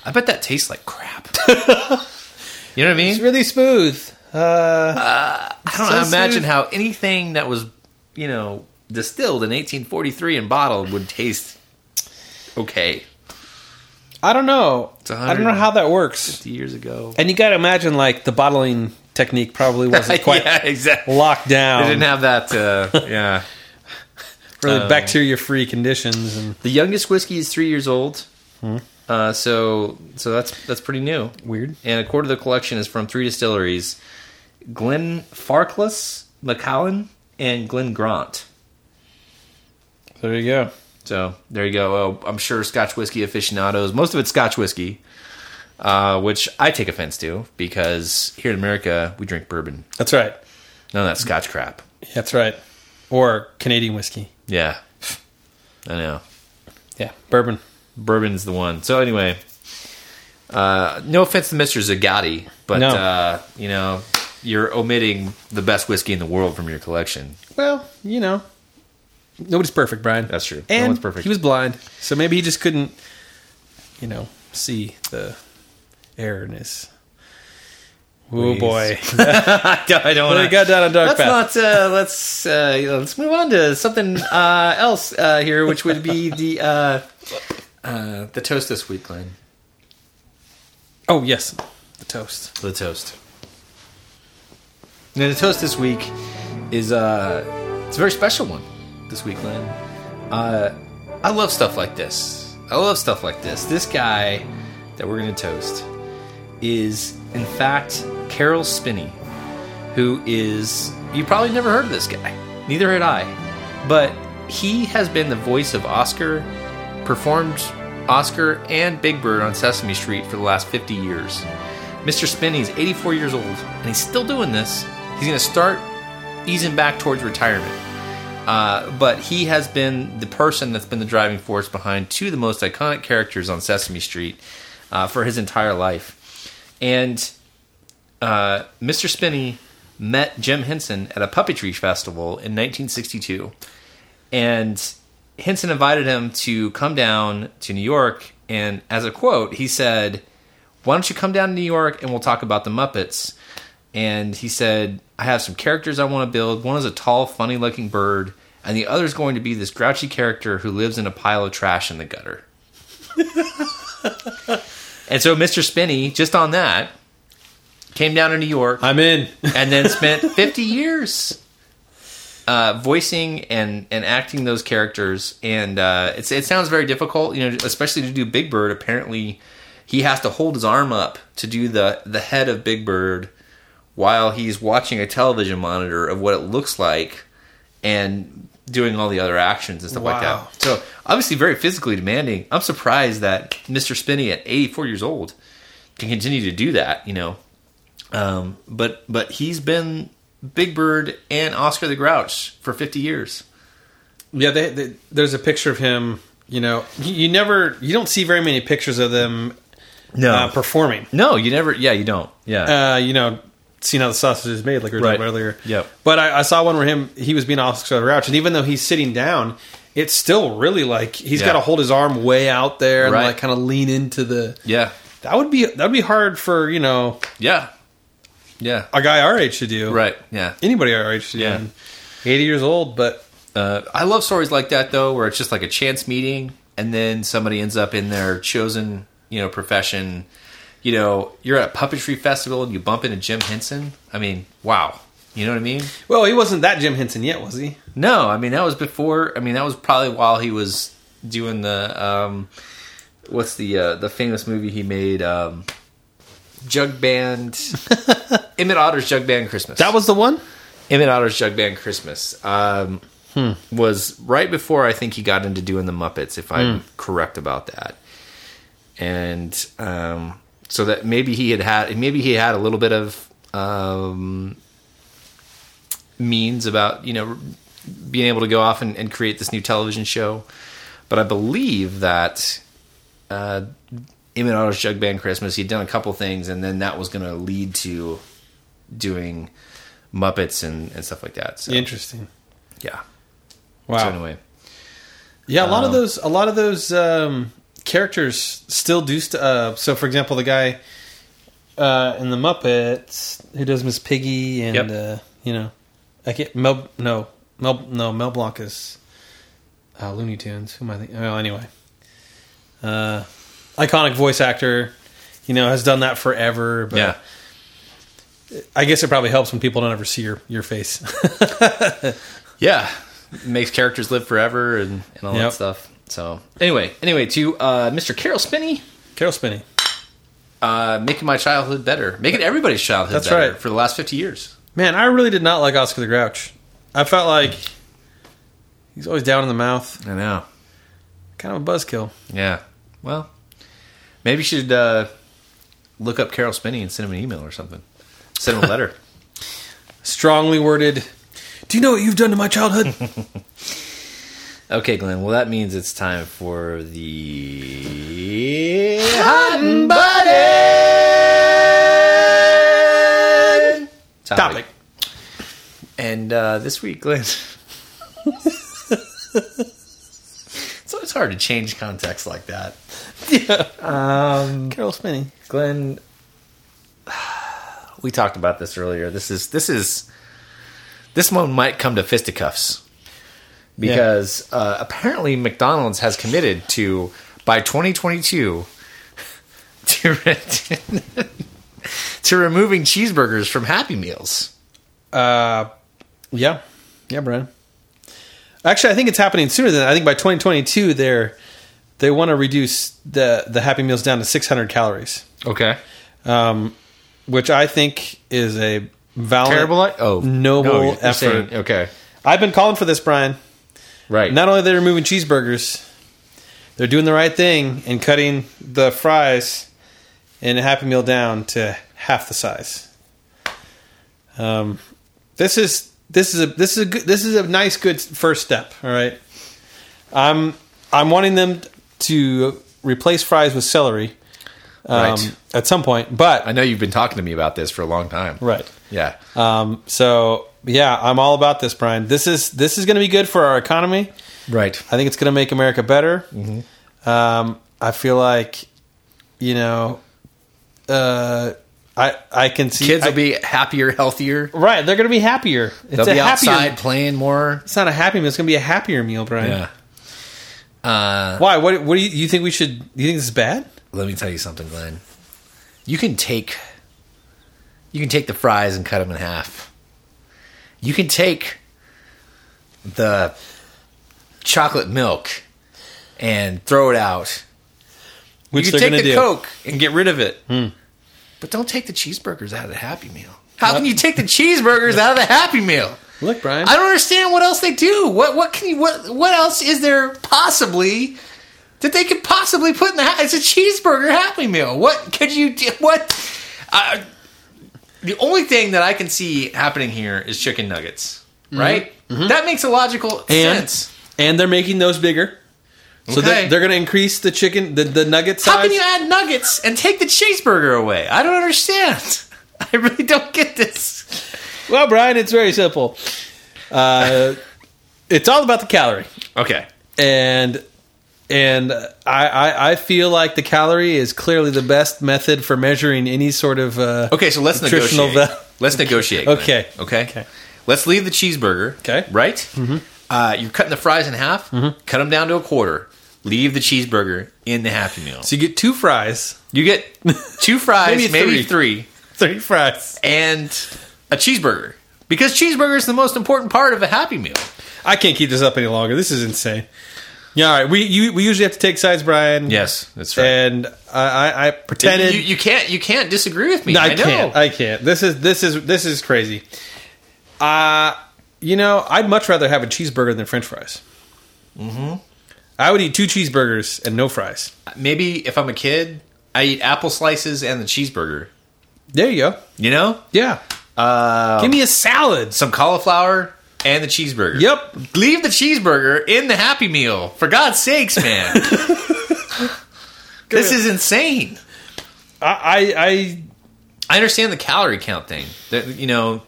Speaker 2: I bet that tastes like crap. you know what I mean?
Speaker 3: It's really smooth. Uh,
Speaker 2: I don't
Speaker 3: So
Speaker 2: know, imagine
Speaker 3: smooth.
Speaker 2: how anything that was, you know, distilled in 1843 and bottled would taste okay
Speaker 3: I don't know.
Speaker 2: a
Speaker 3: I don't
Speaker 2: hundred
Speaker 3: know
Speaker 2: and
Speaker 3: how that works.
Speaker 2: 50 years ago.
Speaker 3: And you got to imagine like the bottling technique probably wasn't quite
Speaker 2: yeah, exactly.
Speaker 3: locked down.
Speaker 2: They didn't have Oh. that. Uh, yeah,
Speaker 3: really bacteria free conditions. And
Speaker 2: the youngest whiskey is three years old. Uh, so, so that's that's pretty new.
Speaker 3: Weird.
Speaker 2: And a quarter of the collection is from three distilleries: Glen Farkless, McAllen, and Glen Grant.
Speaker 3: there you go.
Speaker 2: So there you go. Oh, I'm sure Scotch whiskey aficionados. Most of it's Scotch whiskey, uh, which I take offense to because here in America we drink bourbon.
Speaker 3: That's right.
Speaker 2: None of that Scotch crap.
Speaker 3: That's right. Or Canadian whiskey.
Speaker 2: Yeah, I know.
Speaker 3: Yeah, bourbon.
Speaker 2: Bourbon's the one. So anyway, uh, no offense to Mister Zagatti, but
Speaker 3: No.
Speaker 2: uh, you know you're omitting the best whiskey in the world from your collection.
Speaker 3: Well, you know, nobody's perfect, Brian.
Speaker 2: That's true. No
Speaker 3: And
Speaker 2: one's perfect.
Speaker 3: He was blind, so maybe he just couldn't, you know, see the errorness. Oh
Speaker 2: Please.
Speaker 3: boy,
Speaker 2: I don't, I don't
Speaker 3: Well,
Speaker 2: wanna-
Speaker 3: he got down a dark
Speaker 2: let's
Speaker 3: path.
Speaker 2: not. Uh, let's uh, let's move on to something uh, else uh, here, which would be the uh, uh, the toast this week, Glenn.
Speaker 3: oh yes, the toast.
Speaker 2: The toast. Now, the toast this week is uh, it's a very special one this week, Glenn. Uh, I love stuff like this. I love stuff like this. This guy that we're going to toast is, in fact, Carol Spinney, who is, you probably never heard of this guy. Neither had I. But he has been the voice of Oscar, performed Oscar and Big Bird on Sesame Street for the last 50 years. Mr. Spinney is 84 years old and he's still doing this. He's going to start easing back towards retirement. Uh, but he has been the person that's been the driving force behind two of the most iconic characters on Sesame Street uh, for his entire life. And uh, Mr. Spinney met Jim Henson at a puppetry festival in 1962. And Henson invited him to come down to New York. And as a quote, he said, Why don't you come down to New York and we'll talk about the Muppets? And he said, I have some characters I want to build. One is a tall, funny looking bird, and the other is going to be this grouchy character who lives in a pile of trash in the gutter. and so Mr. Spinney, just on that, came down to New York
Speaker 3: I'm in.
Speaker 2: and then spent 50 years uh, voicing and, and acting those characters. And uh, it's, it sounds very difficult, you know, especially to do Big Bird. Apparently, he has to hold his arm up to do the, the head of Big Bird while he's watching a television monitor of what it looks like and doing all the other actions and stuff like
Speaker 3: Wow.
Speaker 2: that. So, obviously, very physically demanding. I'm surprised that Mr. Spinney at 84 years old can continue to do that, you know. Um, but but he's been Big Bird and Oscar the Grouch for 50 years.
Speaker 3: Yeah, they, they, there's a picture of him. You know, you, you never, you don't see very many pictures of them
Speaker 2: No,
Speaker 3: uh, performing.
Speaker 2: no, you never. Yeah, you don't. Yeah,
Speaker 3: Uh, you know, seen how the sausage is made, like we were talking
Speaker 2: Right.
Speaker 3: about earlier.
Speaker 2: Yep.
Speaker 3: But I, I saw one where him he was being Oscar the Grouch, and even though he's sitting down, it's still really like he's
Speaker 2: Yeah.
Speaker 3: got to hold his arm way out there and
Speaker 2: Right.
Speaker 3: like kind of lean into the.
Speaker 2: Yeah.
Speaker 3: That would be that would be hard for you know
Speaker 2: Yeah. Yeah.
Speaker 3: a guy our age to do.
Speaker 2: Right. Yeah.
Speaker 3: Anybody our age to do.
Speaker 2: Yeah.
Speaker 3: And Eighty years old, but
Speaker 2: Uh, I love stories like that though, where it's just like a chance meeting, and then somebody ends up in their chosen, you know, profession. You know, you're at a puppetry festival and you bump into Jim Henson. I mean, wow. You know what I mean?
Speaker 3: well, he wasn't that Jim Henson yet, was he?
Speaker 2: No, I mean that was before. I mean that was probably while he was doing the um, what's the uh, the famous movie he made, um, Jug Band, Emmett Otter's Jug Band Christmas.
Speaker 3: That was the one.
Speaker 2: Emmett Otter's Jug Band Christmas um, was right before I think he got into doing the Muppets, if
Speaker 3: Hmm.
Speaker 2: I'm correct about that. And um, so that maybe he had had maybe he had a little bit of um, means about you know being able to go off and, and create this new television show, but I believe that. Uh, Emmett Otter's Jug Band Christmas. He'd done a couple things, and then that was going to lead to doing Muppets and, and stuff like that. So, yeah.
Speaker 3: Interesting.
Speaker 2: yeah.
Speaker 3: Wow.
Speaker 2: So anyway,
Speaker 3: Yeah, a lot
Speaker 2: Um,
Speaker 3: of those, a lot of those um, characters still do. St- uh, so, for example, the guy uh, in the Muppets who does Miss Piggy, and
Speaker 2: Yep.
Speaker 3: uh, you know, I can't Mel. No, Mel. No, Mel Blanc is uh, Looney Tunes. Who am I thinking? Oh, anyway, uh, iconic voice actor. You know, has done that forever. But
Speaker 2: yeah,
Speaker 3: I guess it probably helps when people don't ever see your your face.
Speaker 2: yeah, makes characters live forever and, and all
Speaker 3: Yep.
Speaker 2: that stuff. So anyway, anyway, to uh, Mr. Carol Spinney,
Speaker 3: Carol Spinney.
Speaker 2: uh, making my childhood better, making everybody's childhood
Speaker 3: That's
Speaker 2: better
Speaker 3: right.
Speaker 2: for the last fifty years.
Speaker 3: Man, I really did not like Oscar the Grouch. I felt like he's always down in the mouth,
Speaker 2: I know.
Speaker 3: kind of a buzzkill.
Speaker 2: Yeah. Well, maybe you should uh, look up Carol Spinney and send him an email or something. Send him a letter.
Speaker 3: Strongly worded. Do you know what you've done to my childhood?
Speaker 2: Okay, Glenn. Well, that means it's time for the hot and button
Speaker 3: Topic.
Speaker 2: And uh, this week, Glenn. it's always hard to change context like that.
Speaker 3: Carol Spinney.
Speaker 2: Glenn, we talked about this earlier. This is this is this one might come to fisticuffs because uh, apparently McDonald's has committed to by 2022 to re- to removing cheeseburgers from Happy Meals.
Speaker 3: Uh, yeah, yeah, Brian. Actually, I think it's happening sooner than that. I think by 2022 they're they want to reduce the the Happy Meals down to 600 calories,
Speaker 2: Okay,
Speaker 3: which I think is a valid,
Speaker 2: terrible. I- oh,
Speaker 3: noble
Speaker 2: no, you're
Speaker 3: effort.
Speaker 2: saying- okay,
Speaker 3: I've been calling for this, Brian.
Speaker 2: right.
Speaker 3: Not only are they removing cheeseburgers, they're doing the right thing and cutting the fries in a Happy Meal down to half the size. Um, this is this is a this is a good, this is a nice good first step. All right, I'm I'm wanting them to replace fries with celery um,
Speaker 2: Right.
Speaker 3: at some point, but
Speaker 2: I know you've been talking to me about this for a long time.
Speaker 3: right.
Speaker 2: Yeah.
Speaker 3: Um, so yeah, I'm all about this, Brian. This is this is going to be good for our economy.
Speaker 2: right.
Speaker 3: I think it's going to make America better.
Speaker 2: Mm-hmm.
Speaker 3: Um, I feel like, you know, uh, I I can see
Speaker 2: Kids
Speaker 3: I-
Speaker 2: will be happier, healthier.
Speaker 3: right. They're going to be happier. It's
Speaker 2: They'll
Speaker 3: a
Speaker 2: be
Speaker 3: happier.
Speaker 2: outside playing more.
Speaker 3: It's not a happy meal. It's going to be a happier meal, Brian.
Speaker 2: Uh,
Speaker 3: Why? What? What do you, you think we should? You think this is bad?
Speaker 2: let me tell you something, Glenn. You can take you can take the fries and cut them in half. You can take the chocolate milk and throw it out.
Speaker 3: Which
Speaker 2: you can
Speaker 3: gonna
Speaker 2: take the Coke and get rid of it.
Speaker 3: Hmm.
Speaker 2: But don't take the cheeseburgers out of the Happy Meal. How can you take the cheeseburgers out of the Happy Meal?
Speaker 3: Look, Brian.
Speaker 2: I don't understand what else they do. What what can you what what else is there possibly that they could possibly put in the ha- it's a cheeseburger Happy Meal? What could you do? What? Uh, the only thing that I can see happening here is chicken nuggets, right? That makes a logical
Speaker 3: and
Speaker 2: sense.
Speaker 3: and they're making those bigger. So
Speaker 2: Okay.
Speaker 3: they're, they're going to increase the chicken, the, the nugget size.
Speaker 2: How can you add nuggets and take the cheeseburger away? I don't understand. I really don't get this.
Speaker 3: Well, Brian, it's very simple. Uh, it's all about the calorie,
Speaker 2: Okay.
Speaker 3: and and I, I I feel like the calorie is clearly the best method for measuring any sort of uh,
Speaker 2: Okay, so let's
Speaker 3: Nutritional
Speaker 2: negotiate.
Speaker 3: val-
Speaker 2: let's negotiate. Glenn.
Speaker 3: Okay.
Speaker 2: Okay.
Speaker 3: Okay.
Speaker 2: Let's leave the cheeseburger.
Speaker 3: Okay. Mm-hmm.
Speaker 2: Right? Mm-hmm. Uh, you're cutting the fries in half, cut them down to a quarter, leave the cheeseburger in the Happy Meal.
Speaker 3: So you get two fries,
Speaker 2: You get two fries,
Speaker 3: Maybe
Speaker 2: maybe, three,
Speaker 3: three fries.
Speaker 2: and a cheeseburger. Because cheeseburger is the most important part of a Happy Meal.
Speaker 3: I can't keep this up any longer. This is insane. Yeah, all right. We you, we usually have to take sides, Brian.
Speaker 2: Yes, that's
Speaker 3: and I I, I pretended.
Speaker 2: you, you can't you can't disagree with me.
Speaker 3: No, I,
Speaker 2: I, know. Uh,
Speaker 3: can't. I can't. This is this is this is crazy. Uh you know, I'd much rather have a cheeseburger than French fries. Mm-hmm. I would eat two cheeseburgers and no fries.
Speaker 2: Maybe if I'm a kid, I eat apple slices and the cheeseburger.
Speaker 3: There you go.
Speaker 2: You know,
Speaker 3: Yeah.
Speaker 2: Um,
Speaker 3: Uh, Give me a salad.
Speaker 2: some cauliflower and the cheeseburger.
Speaker 3: Yep.
Speaker 2: Leave the cheeseburger in the Happy Meal. For God's sakes, man. this is insane.
Speaker 3: I, I, I
Speaker 2: I understand the calorie count thing. That, you know,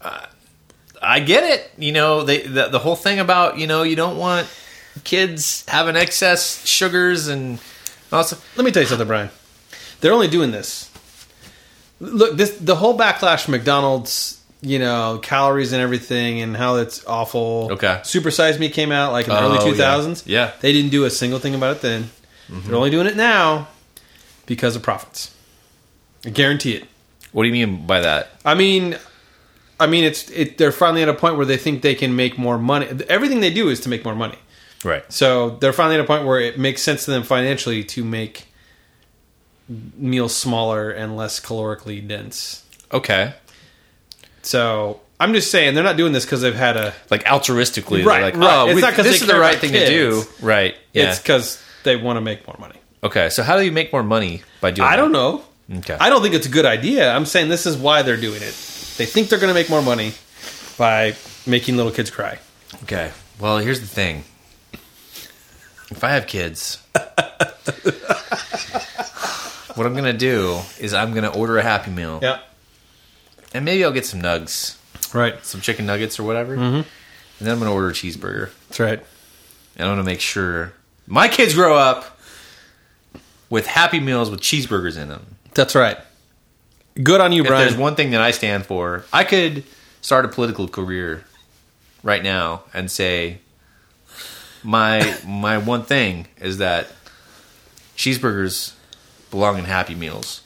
Speaker 2: uh, I get it. You know, they, the the whole thing about you know you don't want kids having excess sugars and also
Speaker 3: let me tell you something, Brian. They're only doing this. Look, this the whole backlash from McDonald's, you know, calories and everything, and how it's awful.
Speaker 2: Okay.
Speaker 3: Super Size Me came out like in the early
Speaker 2: Oh, yeah.
Speaker 3: two thousands.
Speaker 2: Yeah. Mm-hmm.
Speaker 3: they didn't do a single thing about it then. They're only doing it now because of profits. I guarantee it.
Speaker 2: what do you mean by that?
Speaker 3: I mean, I mean, it's it. They're finally at a point where they think they can make more money. Everything they do is to make more money.
Speaker 2: Right.
Speaker 3: So they're finally at a point where it makes sense to them financially to make meals smaller and less calorically dense.
Speaker 2: Okay.
Speaker 3: So I'm just saying they're not doing this because they've had a.
Speaker 2: Like altruistically, they're
Speaker 3: Right,
Speaker 2: Like,
Speaker 3: right.
Speaker 2: Oh,
Speaker 3: It's
Speaker 2: we-
Speaker 3: not 'cause
Speaker 2: this
Speaker 3: they
Speaker 2: is
Speaker 3: care
Speaker 2: the right
Speaker 3: about
Speaker 2: thing
Speaker 3: kids.
Speaker 2: to do. Right. Yeah.
Speaker 3: It's because they want to make more money.
Speaker 2: okay. So how do you make more money by doing?
Speaker 3: I don't know.
Speaker 2: That? Okay.
Speaker 3: I don't think it's a good idea. I'm saying this is why they're doing it. They think they're going to make more money by making little kids cry.
Speaker 2: Okay. Well, here's the thing. If I have kids, what I'm gonna do is I'm gonna order a Happy Meal,
Speaker 3: Yeah.
Speaker 2: and maybe I'll get some nugs,
Speaker 3: Right.
Speaker 2: some chicken nuggets or whatever, and then I'm gonna order a cheeseburger,
Speaker 3: That's right.
Speaker 2: and I'm gonna make sure my kids grow up with Happy Meals with cheeseburgers in them.
Speaker 3: That's right. Good on you,
Speaker 2: If
Speaker 3: Brian.
Speaker 2: there's one thing that I stand for, I could start a political career right now and say my my one thing is that cheeseburgers belong in happy meals.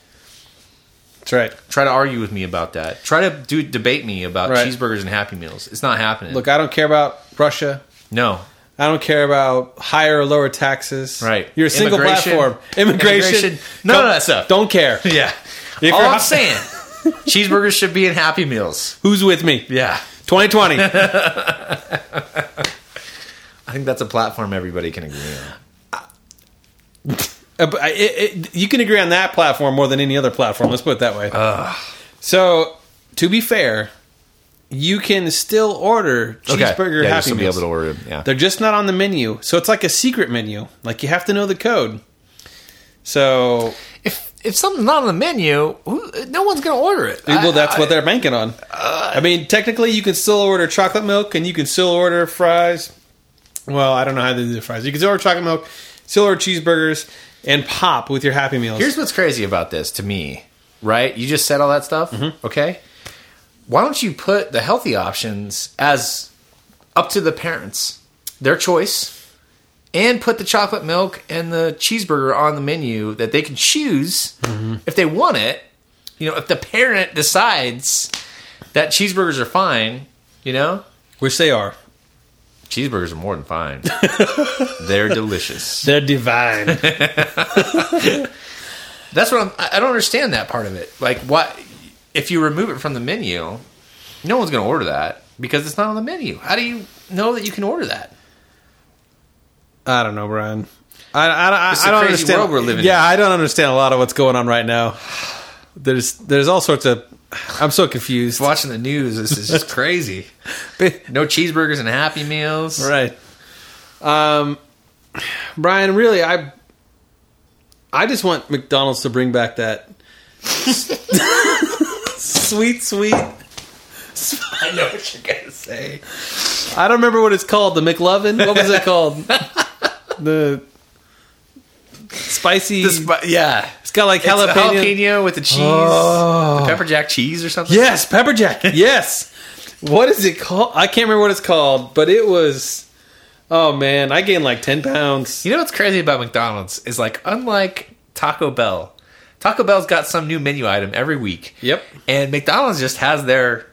Speaker 3: That's right.
Speaker 2: Try to argue with me about that. Try to do debate me about
Speaker 3: Right.
Speaker 2: cheeseburgers and happy meals. It's not happening.
Speaker 3: Look, I don't care about Russia.
Speaker 2: no.
Speaker 3: I don't care about higher or lower taxes.
Speaker 2: Right.
Speaker 3: You're a single
Speaker 2: Immigration.
Speaker 3: platform. Immigration.
Speaker 2: Immigration. None of
Speaker 3: Don't-
Speaker 2: that stuff.
Speaker 3: Don't care.
Speaker 2: Yeah.
Speaker 3: If
Speaker 2: All
Speaker 3: you're-
Speaker 2: I'm saying, cheeseburgers should be in happy meals.
Speaker 3: Who's with me? Uh,
Speaker 2: Yeah.
Speaker 3: 2020.
Speaker 2: I think that's a platform everybody can agree on.
Speaker 3: Uh, but I- it- it- you can agree on that platform more than any other platform. Let's put it that way. So, to be fair, you can still order cheeseburger
Speaker 2: yeah, you'll
Speaker 3: happy
Speaker 2: still be
Speaker 3: meals.
Speaker 2: able to order them, yeah.
Speaker 3: They're just not on the menu, so it's like a secret menu. Like you have to know the code. So,
Speaker 2: if if something's not on the menu, who, no one's going to order it.
Speaker 3: well, that's
Speaker 2: I- uh,
Speaker 3: what they're banking on. I mean, technically, you can still order chocolate milk, and you can still order fries. Well, I don't know how they do the fries. You can still order chocolate milk, still order cheeseburgers, and pop with your happy meals.
Speaker 2: Here's what's crazy about this to me, right? You just said all that stuff,
Speaker 3: Mm-hmm.
Speaker 2: okay? Why don't you put the healthy options as up to the parents, their choice, and put the chocolate milk and the cheeseburger on the menu that they can choose
Speaker 3: Mm-hmm.
Speaker 2: if they want it. You know, if the parent decides that cheeseburgers are fine, you know,
Speaker 3: which they are.
Speaker 2: cheeseburgers are more than fine. They're delicious.
Speaker 3: They're divine.
Speaker 2: That's what I'm, I I don't understand that part of it. Like, why if you remove it from the menu, no one's going to order that because it's not on the menu. How do you know that you can order that?
Speaker 3: I don't know, Brian. I, I, I,
Speaker 2: It's a
Speaker 3: I don't
Speaker 2: crazy
Speaker 3: understand.
Speaker 2: world we're living
Speaker 3: yeah, I don't understand a lot of what's going on right now. There's there's all sorts of. I'm so confused.
Speaker 2: Watching the news, this is just crazy. No cheeseburgers and Happy Meals.
Speaker 3: right um brian really i i just want mcdonald's to bring back that sweet, sweet. I know what you're gonna say. I don't remember what it's called. The McLovin. What was it called? the spicy.
Speaker 2: The spi- yeah,
Speaker 3: it's got like
Speaker 2: jalapeno.
Speaker 3: jalapeno.
Speaker 2: jalapeno with the cheese,
Speaker 3: Oh.
Speaker 2: the pepper jack cheese or something.
Speaker 3: Yes, pepper jack. Yes. what is it called? I can't remember what it's called, but it was. Oh man, I gained like ten pounds.
Speaker 2: You know what's crazy about McDonald's is like unlike Taco Bell, Taco Bell's got some new menu item every week.
Speaker 3: Yep.
Speaker 2: And McDonald's just has their,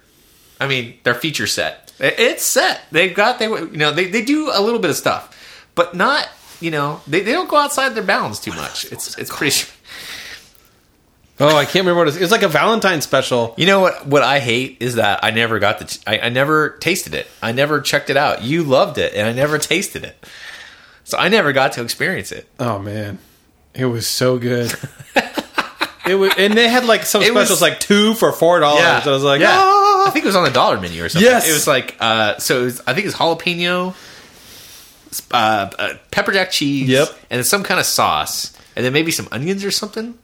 Speaker 2: I mean, their feature set. It- It's set. They've got they you know they, they do a little bit of stuff, but not you know they, they don't go outside their bounds too much. It's it's pretty. Sure.
Speaker 3: Oh, I can't remember what it was. It was like a Valentine special.
Speaker 2: You know what? What I hate is that I never got the. I, I never tasted it. I never checked it out. You loved it, and I never tasted it, so I never got to experience it.
Speaker 3: Oh man, it was so good. it was, and they had like some
Speaker 2: It was-
Speaker 3: specials like two for four dollars. I was like,
Speaker 2: Yeah.
Speaker 3: "Ah."
Speaker 2: I think it was on the dollar menu or something.
Speaker 3: Yes.
Speaker 2: it was like uh, so. It was, I think it was jalapeno, sp- uh, uh, pepper jack cheese,
Speaker 3: Yep.
Speaker 2: and then some kind of sauce, and then maybe some onions or something.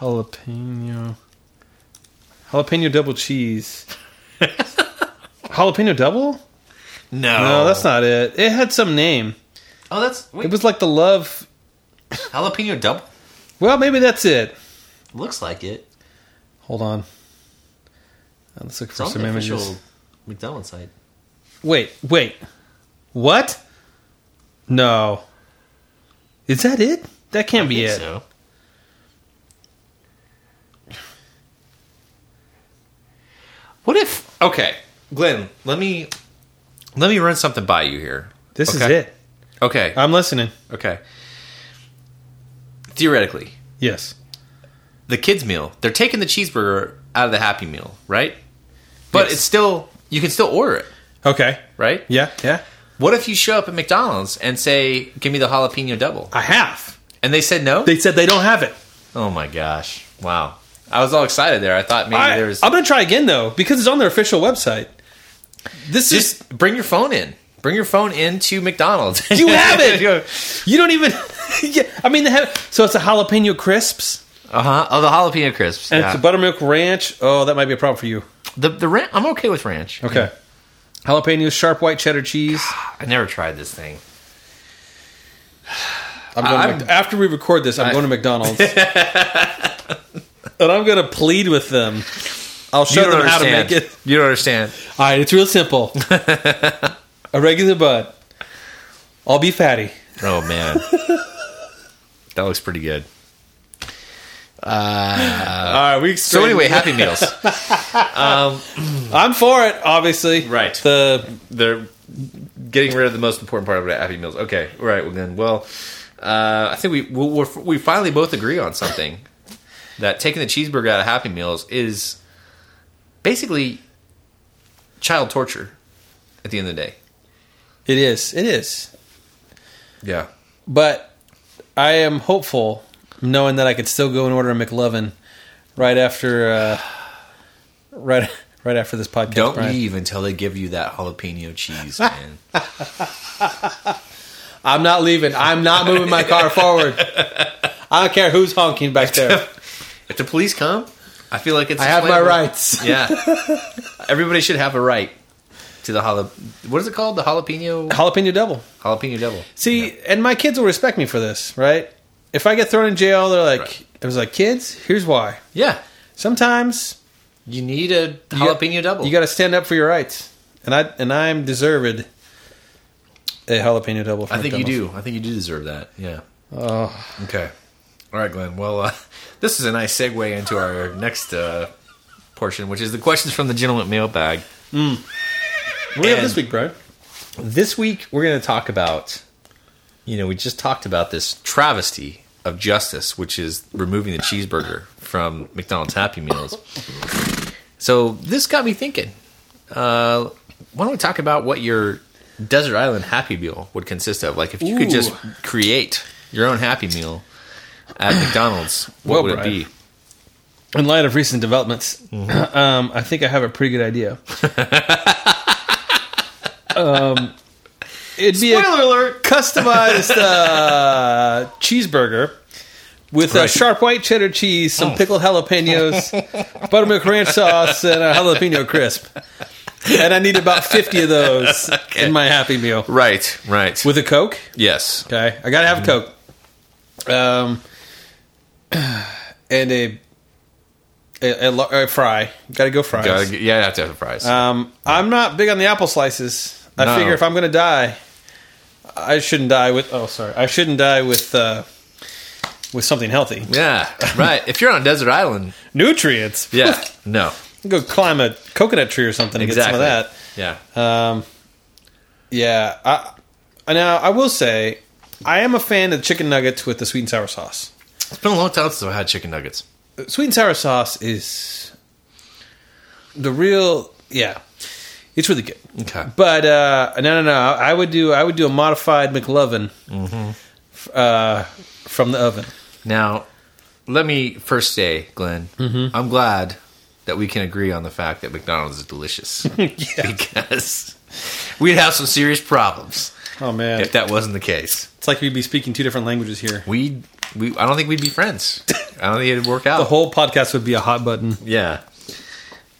Speaker 3: jalapeno, jalapeno double cheese, jalapeno double.
Speaker 2: No,
Speaker 3: No, that's not it. It had some name.
Speaker 2: Oh, that's wait,
Speaker 3: It was like the love.
Speaker 2: jalapeno double.
Speaker 3: Well, maybe that's it.
Speaker 2: Looks like it.
Speaker 3: Hold on. Uh, Let's look
Speaker 2: It's
Speaker 3: for
Speaker 2: on
Speaker 3: some
Speaker 2: the
Speaker 3: images.
Speaker 2: official McDonald's site.
Speaker 3: Wait, wait. What? No. Is that it? That can't be
Speaker 2: Think
Speaker 3: it.
Speaker 2: so. What if? Okay, Glenn. Let me let me run something by you here.
Speaker 3: This is
Speaker 2: Okay?
Speaker 3: it.
Speaker 2: Okay.
Speaker 3: I'm listening.
Speaker 2: Okay. Theoretically,
Speaker 3: Yes.
Speaker 2: the kids' meal, they're taking the cheeseburger out of the Happy Meal, right? But
Speaker 3: Yes.
Speaker 2: it's still, you can still order it,
Speaker 3: Okay.
Speaker 2: right?
Speaker 3: Yeah. Yeah.
Speaker 2: What if you show up at McDonald's and say, give me the jalapeno double?
Speaker 3: I have.
Speaker 2: And they said no?
Speaker 3: They said they don't have it.
Speaker 2: oh my gosh. Wow. I was all excited there. I thought maybe
Speaker 3: I,
Speaker 2: there was.
Speaker 3: I'm gonna try again though because it's on their official website. This is
Speaker 2: just bring your phone in. Bring your phone into McDonald's.
Speaker 3: you have it. you don't even. yeah, I mean, they have, so it's a jalapeno crisps
Speaker 2: Uh huh. Oh, the jalapeno crisps.
Speaker 3: and
Speaker 2: yeah.
Speaker 3: it's a buttermilk ranch. Oh, that might be a problem for you.
Speaker 2: the, the ranch, I'm okay with ranch.
Speaker 3: Okay.
Speaker 2: Mm.
Speaker 3: Jalapenos, sharp white cheddar cheese.
Speaker 2: I never tried this thing.
Speaker 3: I'm going to
Speaker 2: I'm-
Speaker 3: Mc- after we record this, I'm going to McDonald's, and I'm going to plead with them. I'll show them how to make it.
Speaker 2: You don't understand.
Speaker 3: All right, it's real simple. a regular bud, all beef patty.
Speaker 2: Oh man, that looks pretty good.
Speaker 3: all right, we.
Speaker 2: So anyway, Happy Meals.
Speaker 3: I'm for it. Obviously,
Speaker 2: Right.
Speaker 3: The
Speaker 2: They're getting rid of the most important part of it. Happy Meals. Okay, all right. Well then, well, uh, I think we we'll, we're, we finally both agree on something that taking the cheeseburger out of Happy Meals is basically child torture. At the end of the day,
Speaker 3: it is. It is.
Speaker 2: yeah.
Speaker 3: But I am hopeful, knowing that I could still go and order a McLovin right after, uh, right right after this podcast.
Speaker 2: Don't
Speaker 3: Brian.
Speaker 2: leave until they give you that jalapeno cheese, man.
Speaker 3: I'm not leaving. I'm not moving my car forward. I don't care who's honking back there.
Speaker 2: if the police come, I feel like it's
Speaker 3: I have my
Speaker 2: explainable.
Speaker 3: rights.
Speaker 2: Yeah. Everybody should have a right to the jalap. What is it called? The jalapeno
Speaker 3: Jalapeno double.
Speaker 2: jalapeno devil.
Speaker 3: See, and my kids will respect me for this, right? If I get thrown in jail, they're like,
Speaker 2: Right.
Speaker 3: I was like, kids, here's why.
Speaker 2: Yeah.
Speaker 3: Sometimes
Speaker 2: You need a
Speaker 3: you got-
Speaker 2: jalapeno double.
Speaker 3: You got to stand up for your rights, and I and I'm deserved a jalapeno double. From
Speaker 2: I think you do. I think you do deserve that. Yeah. Oh. Okay. All right, Glenn. Well, uh, this is a nice segue into our next uh, portion, which is the questions from the gentleman mailbag.
Speaker 3: What do we have
Speaker 2: And-
Speaker 3: this week, Brian?
Speaker 2: This week, we're going to talk about, you know, we just talked about this travesty of justice, which is removing the cheeseburger from McDonald's Happy Meals. So this got me thinking. Uh, why don't we talk about what your desert island Happy Meal would consist of? Like, if you could
Speaker 3: Ooh.
Speaker 2: just create your own Happy Meal at McDonald's, what
Speaker 3: Well,
Speaker 2: would
Speaker 3: Brian.
Speaker 2: it be?
Speaker 3: In light of recent developments, um, I think I have a pretty good idea. um, it'd be a Um,
Speaker 2: alert!
Speaker 3: customized uh, cheeseburger with uh,
Speaker 2: Right.
Speaker 3: sharp white cheddar cheese, some pickled jalapenos, buttermilk ranch sauce, and a jalapeno crisp. And I need about 50 of those in my Happy Meal.
Speaker 2: Right, right.
Speaker 3: With a Coke?
Speaker 2: yes.
Speaker 3: Okay. I got to have Coke. Um, and a, a, a, lar- a fry. Got to go fries.
Speaker 2: Gotta get- yeah, I have to have the fries.
Speaker 3: Um, I'm not big on the apple slices. I
Speaker 2: No.
Speaker 3: figure if I'm going to die, I shouldn't die with. Oh, sorry, I shouldn't die with uh, with something healthy.
Speaker 2: yeah, right. if you're on a desert island,
Speaker 3: Nutrients.
Speaker 2: yeah, no,
Speaker 3: go climb a coconut tree or something and get some
Speaker 2: exactly.
Speaker 3: of that.
Speaker 2: Yeah,
Speaker 3: Um, yeah. I, I- now I will say, I am a fan of chicken nuggets with the sweet and sour sauce.
Speaker 2: it's been a long time since I had chicken nuggets.
Speaker 3: Sweet and sour sauce is the real. Yeah, it's really good.
Speaker 2: Okay,
Speaker 3: But uh, no, no, no. I would do I would do a modified McLovin f- uh, from the oven.
Speaker 2: now let me first say, Glenn,
Speaker 3: Mm-hmm.
Speaker 2: I'm glad that we can agree on the fact that McDonald's is delicious because we'd have some serious problems
Speaker 3: Oh man,
Speaker 2: if that wasn't the case.
Speaker 3: it's like we'd be speaking two different languages here.
Speaker 2: We, we, I don't think we'd be friends. I don't think it'd work out.
Speaker 3: The whole podcast would be a hot button.
Speaker 2: Yeah.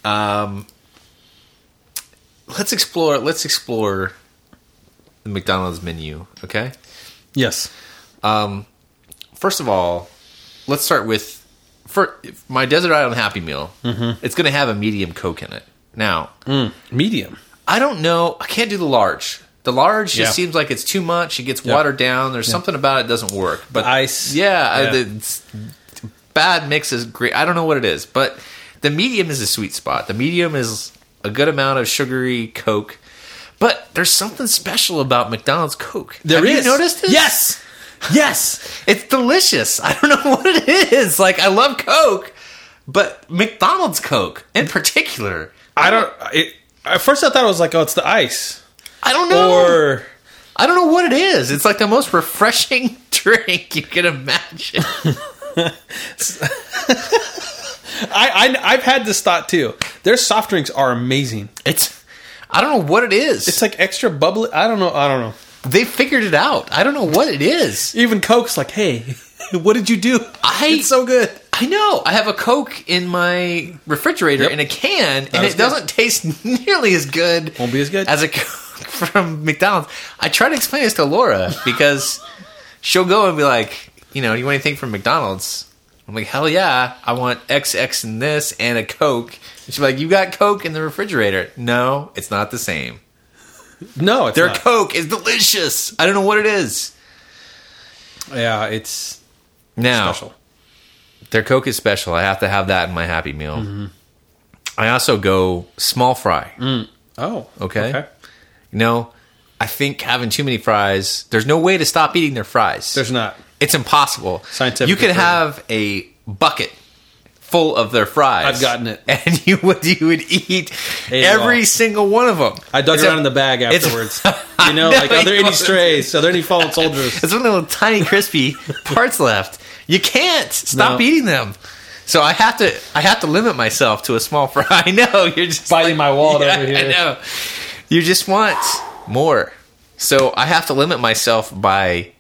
Speaker 2: Um, let's explore. Let's explore the McDonald's menu. Okay.
Speaker 3: Yes.
Speaker 2: First of all, let's start with for my desert island Happy Meal.
Speaker 3: Mm-hmm.
Speaker 2: It's going to have a medium Coke in it. Now,
Speaker 3: Medium.
Speaker 2: I don't know. I can't do the large. The large
Speaker 3: Yeah.
Speaker 2: just seems like it's too much. It gets watered down. There's something about it doesn't work. But
Speaker 3: ice.
Speaker 2: yeah, I-
Speaker 3: Yeah.
Speaker 2: it's- bad mix is great. I don't know what it is, but the medium is a sweet spot. The medium is a good amount of sugary Coke, but there's something special about McDonald's Coke.
Speaker 3: There
Speaker 2: Have
Speaker 3: is.
Speaker 2: you noticed this?
Speaker 3: Yes. Yes.
Speaker 2: it's delicious. I don't know what it is. Like I love Coke, but McDonald's Coke in particular.
Speaker 3: I don't. It, at first, I thought it was like, oh, it's the ice,
Speaker 2: I don't know.
Speaker 3: or
Speaker 2: I don't know what it is. It's like the most refreshing drink you can imagine.
Speaker 3: I, I. I've had this thought too. Their soft drinks are amazing.
Speaker 2: It's I don't know what it is.
Speaker 3: It's like extra bubbly. I don't know. I don't know.
Speaker 2: they figured it out. I don't know what it is.
Speaker 3: Even Coke's like, hey, what did you do?
Speaker 2: I
Speaker 3: It's so good.
Speaker 2: I know. I have a Coke in my refrigerator in a can, and
Speaker 3: as
Speaker 2: it doesn't taste nearly as good.
Speaker 3: Won't be as good.
Speaker 2: as a Coke from McDonald's. I try to explain this to Laura because she'll go and be like, you know, do you want anything from McDonald's? I'm like, hell yeah, I want XX and this and a Coke. And she's like, you got Coke in the refrigerator? No, it's not the same.
Speaker 3: No, it's
Speaker 2: Their
Speaker 3: not.
Speaker 2: Coke is delicious. I don't know what it is.
Speaker 3: yeah, it's
Speaker 2: Now,
Speaker 3: special.
Speaker 2: Their Coke is special. I have to have that in my Happy Meal. I also go small fry.
Speaker 3: Oh,
Speaker 2: Okay. You know, I think having too many fries, there's no way to stop eating their fries.
Speaker 3: There's not.
Speaker 2: it's impossible.
Speaker 3: Scientific
Speaker 2: You could
Speaker 3: proven.
Speaker 2: have a bucket full of their fries.
Speaker 3: I've gotten it.
Speaker 2: and you would you would eat
Speaker 3: Ate it
Speaker 2: every
Speaker 3: all.
Speaker 2: single one of them.
Speaker 3: I dug
Speaker 2: It's
Speaker 3: around
Speaker 2: a-
Speaker 3: in the bag
Speaker 2: it's-
Speaker 3: afterwards. You know,
Speaker 2: No,
Speaker 3: like, are there
Speaker 2: you
Speaker 3: any
Speaker 2: wasn't.
Speaker 3: strays? Are there any fallen soldiers?
Speaker 2: It's one of the little tiny crispy parts left. You can't stop
Speaker 3: No.
Speaker 2: eating them. So I have to I have to limit myself to a small fry. I know you're just
Speaker 3: Biting my wallet
Speaker 2: Yeah,
Speaker 3: over here.
Speaker 2: I know. You just want more. So I have to limit myself by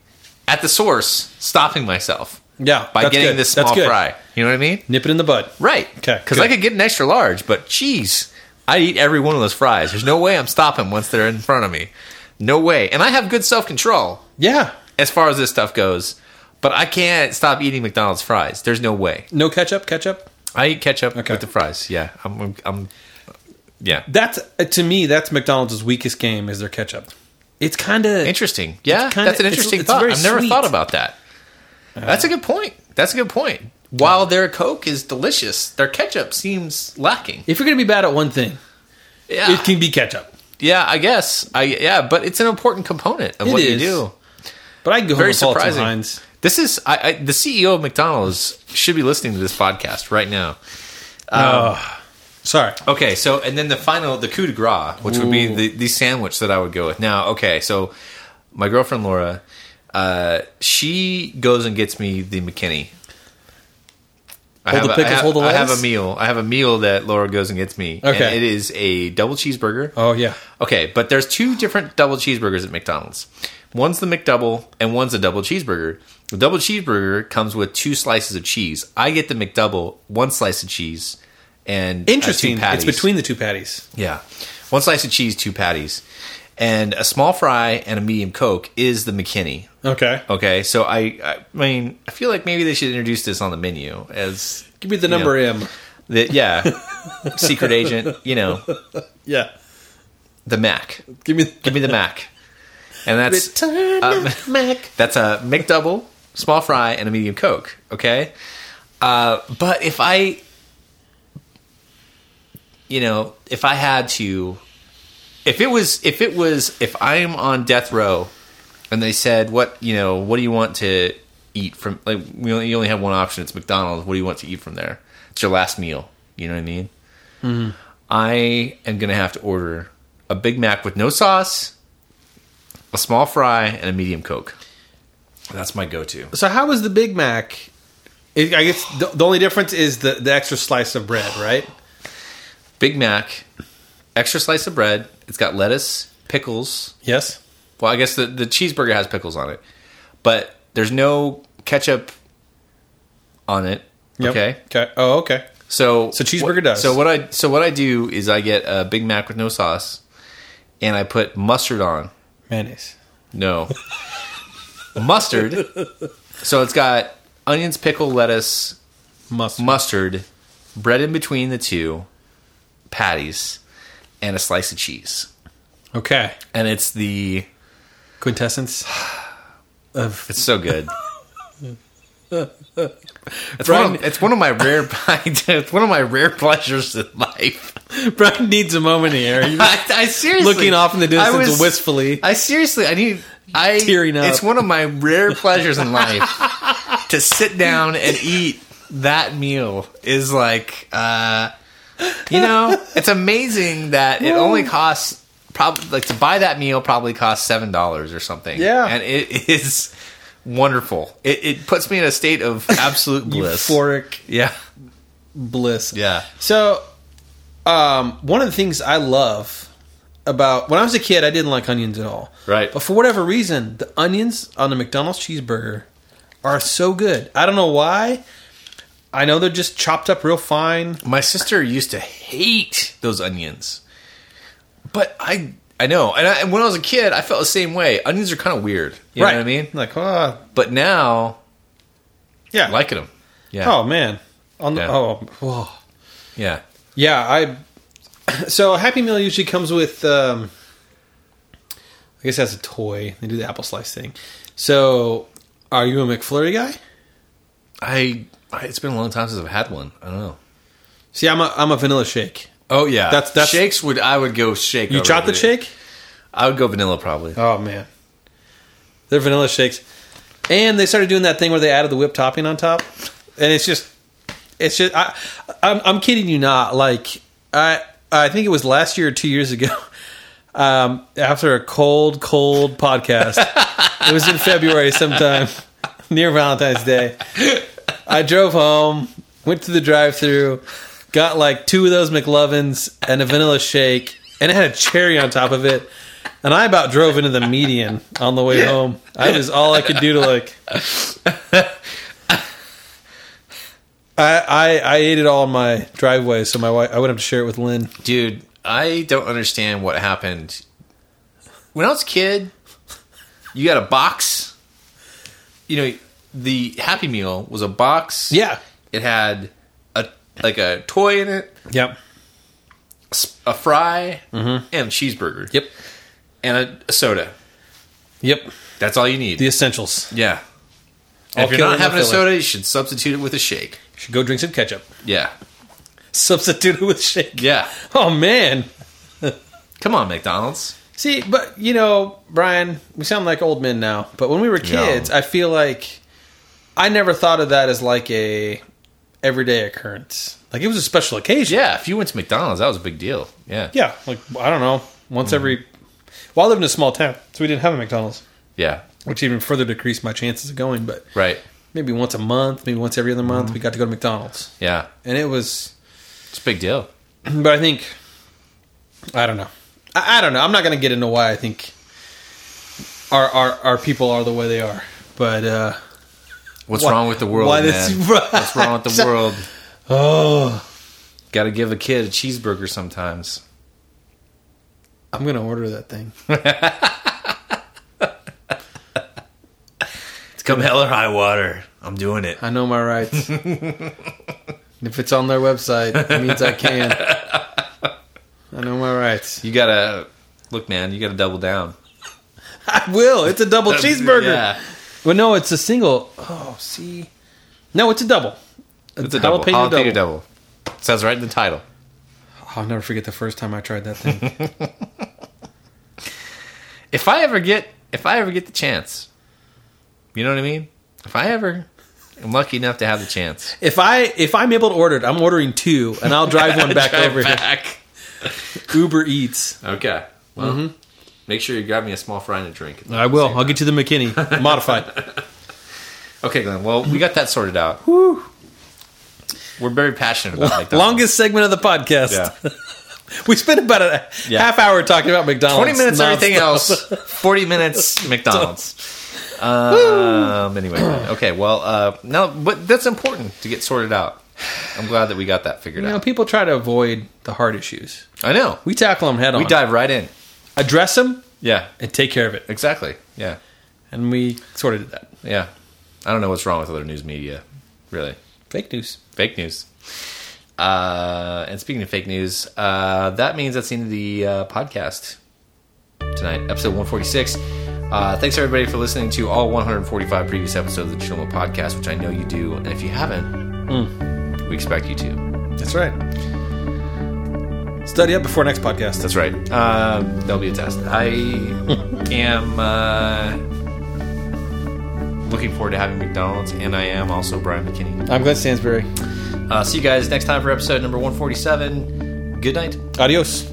Speaker 2: at the source stopping myself
Speaker 3: Yeah,
Speaker 2: by
Speaker 3: that's
Speaker 2: getting
Speaker 3: good.
Speaker 2: this
Speaker 3: That's
Speaker 2: small
Speaker 3: good.
Speaker 2: fry. You know what I mean?
Speaker 3: Nip it in the bud.
Speaker 2: Right.
Speaker 3: 'Kay,
Speaker 2: Because
Speaker 3: good.
Speaker 2: I could get an extra large, but geez, I eat every one of those fries. There's no way I'm stopping once they're in front of me. No way. And I have good self control
Speaker 3: Yeah.
Speaker 2: as far as this stuff goes. But I can't stop eating McDonald's fries. There's no way.
Speaker 3: No ketchup. Ketchup.
Speaker 2: I eat ketchup
Speaker 3: Okay.
Speaker 2: with the fries. Yeah, I'm. I'm, I'm yeah,
Speaker 3: That's uh, to me. That's McDonald's weakest game is their ketchup. It's kind of
Speaker 2: interesting. Yeah,
Speaker 3: kinda-
Speaker 2: that's an
Speaker 3: it's-
Speaker 2: interesting
Speaker 3: it's
Speaker 2: thought.
Speaker 3: very
Speaker 2: I've never
Speaker 3: sweet.
Speaker 2: thought about that. that's a good point. That's a good point. While their Coke is delicious, their ketchup seems lacking.
Speaker 3: If you're gonna be bad at one thing,
Speaker 2: Yeah,
Speaker 3: it can be ketchup.
Speaker 2: yeah, I guess. I yeah, but it's an important component of
Speaker 3: It
Speaker 2: what you
Speaker 3: is.
Speaker 2: do.
Speaker 3: But I can go
Speaker 2: Very
Speaker 3: home and
Speaker 2: surprising.
Speaker 3: fall Heinz.
Speaker 2: This is I, I, the CEO of McDonald's should be listening to this podcast right now.
Speaker 3: Sorry.
Speaker 2: Okay, so and then the final, the coup de grace, which would be the, the sandwich that I would go with. Now, okay, so my girlfriend Laura, uh, she goes and gets me the McKinney, I
Speaker 3: Hold
Speaker 2: have
Speaker 3: the
Speaker 2: a-
Speaker 3: pickles,
Speaker 2: I have,
Speaker 3: hold the
Speaker 2: I have
Speaker 3: lettuce?
Speaker 2: a meal. I have a meal that Laura goes and gets me. and
Speaker 3: Okay.
Speaker 2: it is a double cheeseburger.
Speaker 3: Oh yeah.
Speaker 2: Okay, but there's two different double cheeseburgers at McDonald's. One's the McDouble and one's a double cheeseburger. The double cheeseburger comes with two slices of cheese. I get the McDouble, one slice of cheese, and uh,
Speaker 3: Interesting.
Speaker 2: two
Speaker 3: it's
Speaker 2: patties.
Speaker 3: between the two patties.
Speaker 2: yeah, one slice of cheese, two patties, and a small fry and a medium coke is the McKinney.
Speaker 3: Okay.
Speaker 2: Okay, so I, I mean, I feel like maybe they should introduce this on the menu as
Speaker 3: Give me the number
Speaker 2: Yeah.
Speaker 3: M.
Speaker 2: the yeah, secret agent. You know,
Speaker 3: Yeah.
Speaker 2: the Mac.
Speaker 3: Give me.
Speaker 2: Give me the Mac, and that's
Speaker 3: Return
Speaker 2: um,
Speaker 3: of Mac.
Speaker 2: That's a McDouble, small fry, and a medium Coke. Okay, uh, but if I, you know, if I had to, if it was, if it was, if I'm on death row, and they said, "What you know, what do you want to eat from?" Like, we only, you only have one option. It's McDonald's. What do you want to eat from there? It's your last meal. You know what I mean? I am gonna have to order a Big Mac with no sauce, a small fry, and a medium Coke. That's my go-to.
Speaker 3: So how is the Big Mac? It, I guess the, the only difference is the, the extra slice of bread, right?
Speaker 2: Big Mac, extra slice of bread. It's got lettuce, pickles.
Speaker 3: Yes.
Speaker 2: Well, I guess the, the cheeseburger has pickles on it, but there's no ketchup on it.
Speaker 3: Yep.
Speaker 2: Okay.
Speaker 3: Okay. Oh, okay.
Speaker 2: So
Speaker 3: So cheeseburger does.
Speaker 2: So what I so what I do is I get a Big Mac with no sauce, and I put mustard on.
Speaker 3: Mayonnaise.
Speaker 2: No. mustard. So it's got onions, pickle, lettuce,
Speaker 3: Mustard.
Speaker 2: mustard, bread in between the two, patties, and a slice of cheese.
Speaker 3: okay.
Speaker 2: And it's the
Speaker 3: Quintessence of
Speaker 2: it's so good. It's one, of, it's one of my rare it's one of my rare pleasures in life.
Speaker 3: Brian needs a moment here. You're
Speaker 2: I, I seriously
Speaker 3: looking off in the
Speaker 2: I
Speaker 3: distance
Speaker 2: was-
Speaker 3: wistfully.
Speaker 2: I seriously, I need. I
Speaker 3: Tearing up.
Speaker 2: It's one of my rare pleasures in life to sit down and eat that meal. Is like, uh, you know, it's amazing that it only costs probably like to buy that meal probably costs seven dollars or something.
Speaker 3: Yeah.
Speaker 2: and it is wonderful. It, it puts me in a state of absolute bliss.
Speaker 3: Euphoric
Speaker 2: yeah,
Speaker 3: bliss.
Speaker 2: yeah.
Speaker 3: So, um, one of the things I love about when I was a kid, I didn't like onions at all.
Speaker 2: Right.
Speaker 3: But for whatever reason, the onions on the McDonald's cheeseburger are so good. I don't know why. I know they're just chopped up real fine.
Speaker 2: My sister used to hate those onions, but I I know, and, I, and when I was a kid, I felt the same way. Onions are kind of weird, you know what I mean?
Speaker 3: Like, oh,
Speaker 2: But now,
Speaker 3: yeah.
Speaker 2: I like them. Yeah,
Speaker 3: oh man. On the,
Speaker 2: Yeah.
Speaker 3: Oh, whoa.
Speaker 2: yeah.
Speaker 3: Yeah, I. So a Happy Meal usually comes with, um, I guess that's a toy. They do the apple slice thing. So, are you a McFlurry guy?
Speaker 2: I, I it's been a long time since I've had one. I don't know.
Speaker 3: See, I'm a I'm a vanilla shake.
Speaker 2: Oh yeah,
Speaker 3: That's- that's-
Speaker 2: shakes. Would I would go shake.
Speaker 3: You
Speaker 2: over
Speaker 3: chocolate
Speaker 2: the-
Speaker 3: shake?
Speaker 2: I would go vanilla probably.
Speaker 3: Oh man, they're vanilla shakes, and they started doing that thing where they added the whipped topping on top, and it's just, it's just. I, I'm I'm kidding you not. Like I I think it was last year or two years ago. Um, after a cold, cold podcast, it was in February sometime near Valentine's Day. I drove home, went to the drive-through, got like two of those McLovins and a vanilla shake, and it had a cherry on top of it. And I about drove into the median on the way home. I was all I could do to like. I, I I ate it all in my driveway, so my wife I would have to share it with Lynn.
Speaker 2: Dude, I don't understand what happened. When I was a kid, you got a box. You know, the Happy Meal was a box. It had a like a toy in it,
Speaker 3: Yep.
Speaker 2: a s- a fry, and a cheeseburger.
Speaker 3: Yep.
Speaker 2: And a, a soda.
Speaker 3: Yep.
Speaker 2: That's all you need.
Speaker 3: The essentials.
Speaker 2: yeah.
Speaker 3: All
Speaker 2: if you're
Speaker 3: killer,
Speaker 2: not
Speaker 3: no
Speaker 2: having a
Speaker 3: filler.
Speaker 2: soda, you should substitute it with a shake.
Speaker 3: Should go drink some ketchup.
Speaker 2: Yeah.
Speaker 3: Substitute it with shake.
Speaker 2: Yeah.
Speaker 3: Oh man.
Speaker 2: Come on, McDonald's.
Speaker 3: See, but you know, Brian, we sound like old men now, but when we were kids, I feel like I never thought of that as like a everyday occurrence. Like it was a special occasion.
Speaker 2: Yeah, if you went to McDonald's, that was a big deal. Yeah.
Speaker 3: Yeah, like I don't know, once every Well, I lived in a small town, so we didn't have a McDonald's,
Speaker 2: Yeah.
Speaker 3: which even further decreased my chances of going, but
Speaker 2: Right.
Speaker 3: maybe once a month, maybe once every other month, we got to go to McDonald's,
Speaker 2: Yeah.
Speaker 3: and it was.
Speaker 2: It's a big deal.
Speaker 3: But I think I don't know. I, I don't know. I'm not going to get into why I think our, our our people are the way they are, but uh,
Speaker 2: What's
Speaker 3: Why-
Speaker 2: wrong with the world,
Speaker 3: why
Speaker 2: man?
Speaker 3: this-
Speaker 2: What's wrong with the world?
Speaker 3: oh,
Speaker 2: Got to give a kid a cheeseburger sometimes.
Speaker 3: I'm going to order that thing.
Speaker 2: It's come hell or high water. I'm doing it.
Speaker 3: I know my rights. And if it's on their website, it means I can. I know my rights.
Speaker 2: You gotta look, man. You gotta double down.
Speaker 3: I will. It's a double cheeseburger.
Speaker 2: Yeah.
Speaker 3: But no, it's a single. Oh, see. No, it's a double.
Speaker 2: It's a double.
Speaker 3: Jalapeno
Speaker 2: Jalapeno double. Says right in the title.
Speaker 3: I'll never forget the first time I tried that thing.
Speaker 2: If I ever get, if I ever get the chance, you know what I mean. If I ever am lucky enough to have the chance,
Speaker 3: if I if I'm able to order it, I'm ordering two, and I'll drive one back
Speaker 2: Drive
Speaker 3: over
Speaker 2: back.
Speaker 3: here. Uber Eats.
Speaker 2: Okay. Well,
Speaker 3: Mm-hmm.
Speaker 2: make sure you grab me a small fry and a drink.
Speaker 3: I will. I'll get you the McKinney modified.
Speaker 2: Okay, Glenn. Well, we got that sorted out. We're very passionate about McDonald's.
Speaker 3: Longest segment of the podcast.
Speaker 2: Yeah.
Speaker 3: We spent about a
Speaker 2: Yeah.
Speaker 3: half hour talking about McDonald's.
Speaker 2: Twenty minutes, everything
Speaker 3: nonstop.
Speaker 2: else. Oh, Forty minutes, McDonald's. um. Anyway. Okay. Well. Uh. No. But that's important to get sorted out. I'm glad that we got that figured
Speaker 3: You know,
Speaker 2: out.
Speaker 3: people try to avoid the hard issues.
Speaker 2: I know.
Speaker 3: We tackle them head on.
Speaker 2: We dive right in.
Speaker 3: address them,
Speaker 2: Yeah.
Speaker 3: and take care of it.
Speaker 2: Exactly. Yeah.
Speaker 3: And we sort of did that.
Speaker 2: Yeah. I don't know what's wrong with other news media. Really.
Speaker 3: Fake news.
Speaker 2: fake news. Uh, and speaking of fake news, uh, that means that's the end of the uh, podcast tonight, episode 146. Uh, thanks everybody for listening to all 145 previous episodes of the Chinoma podcast, which I know you do. And if you haven't, we expect you to.
Speaker 3: That's right. Study up before next podcast.
Speaker 2: That's right. Uh, that'll be a test. I am uh, looking forward to having McDonald's, and I am also Brian McKinney.
Speaker 3: I'm Glenn Stansbury.
Speaker 2: Uh, see you guys next time for episode number 147. Good night.
Speaker 3: Adios.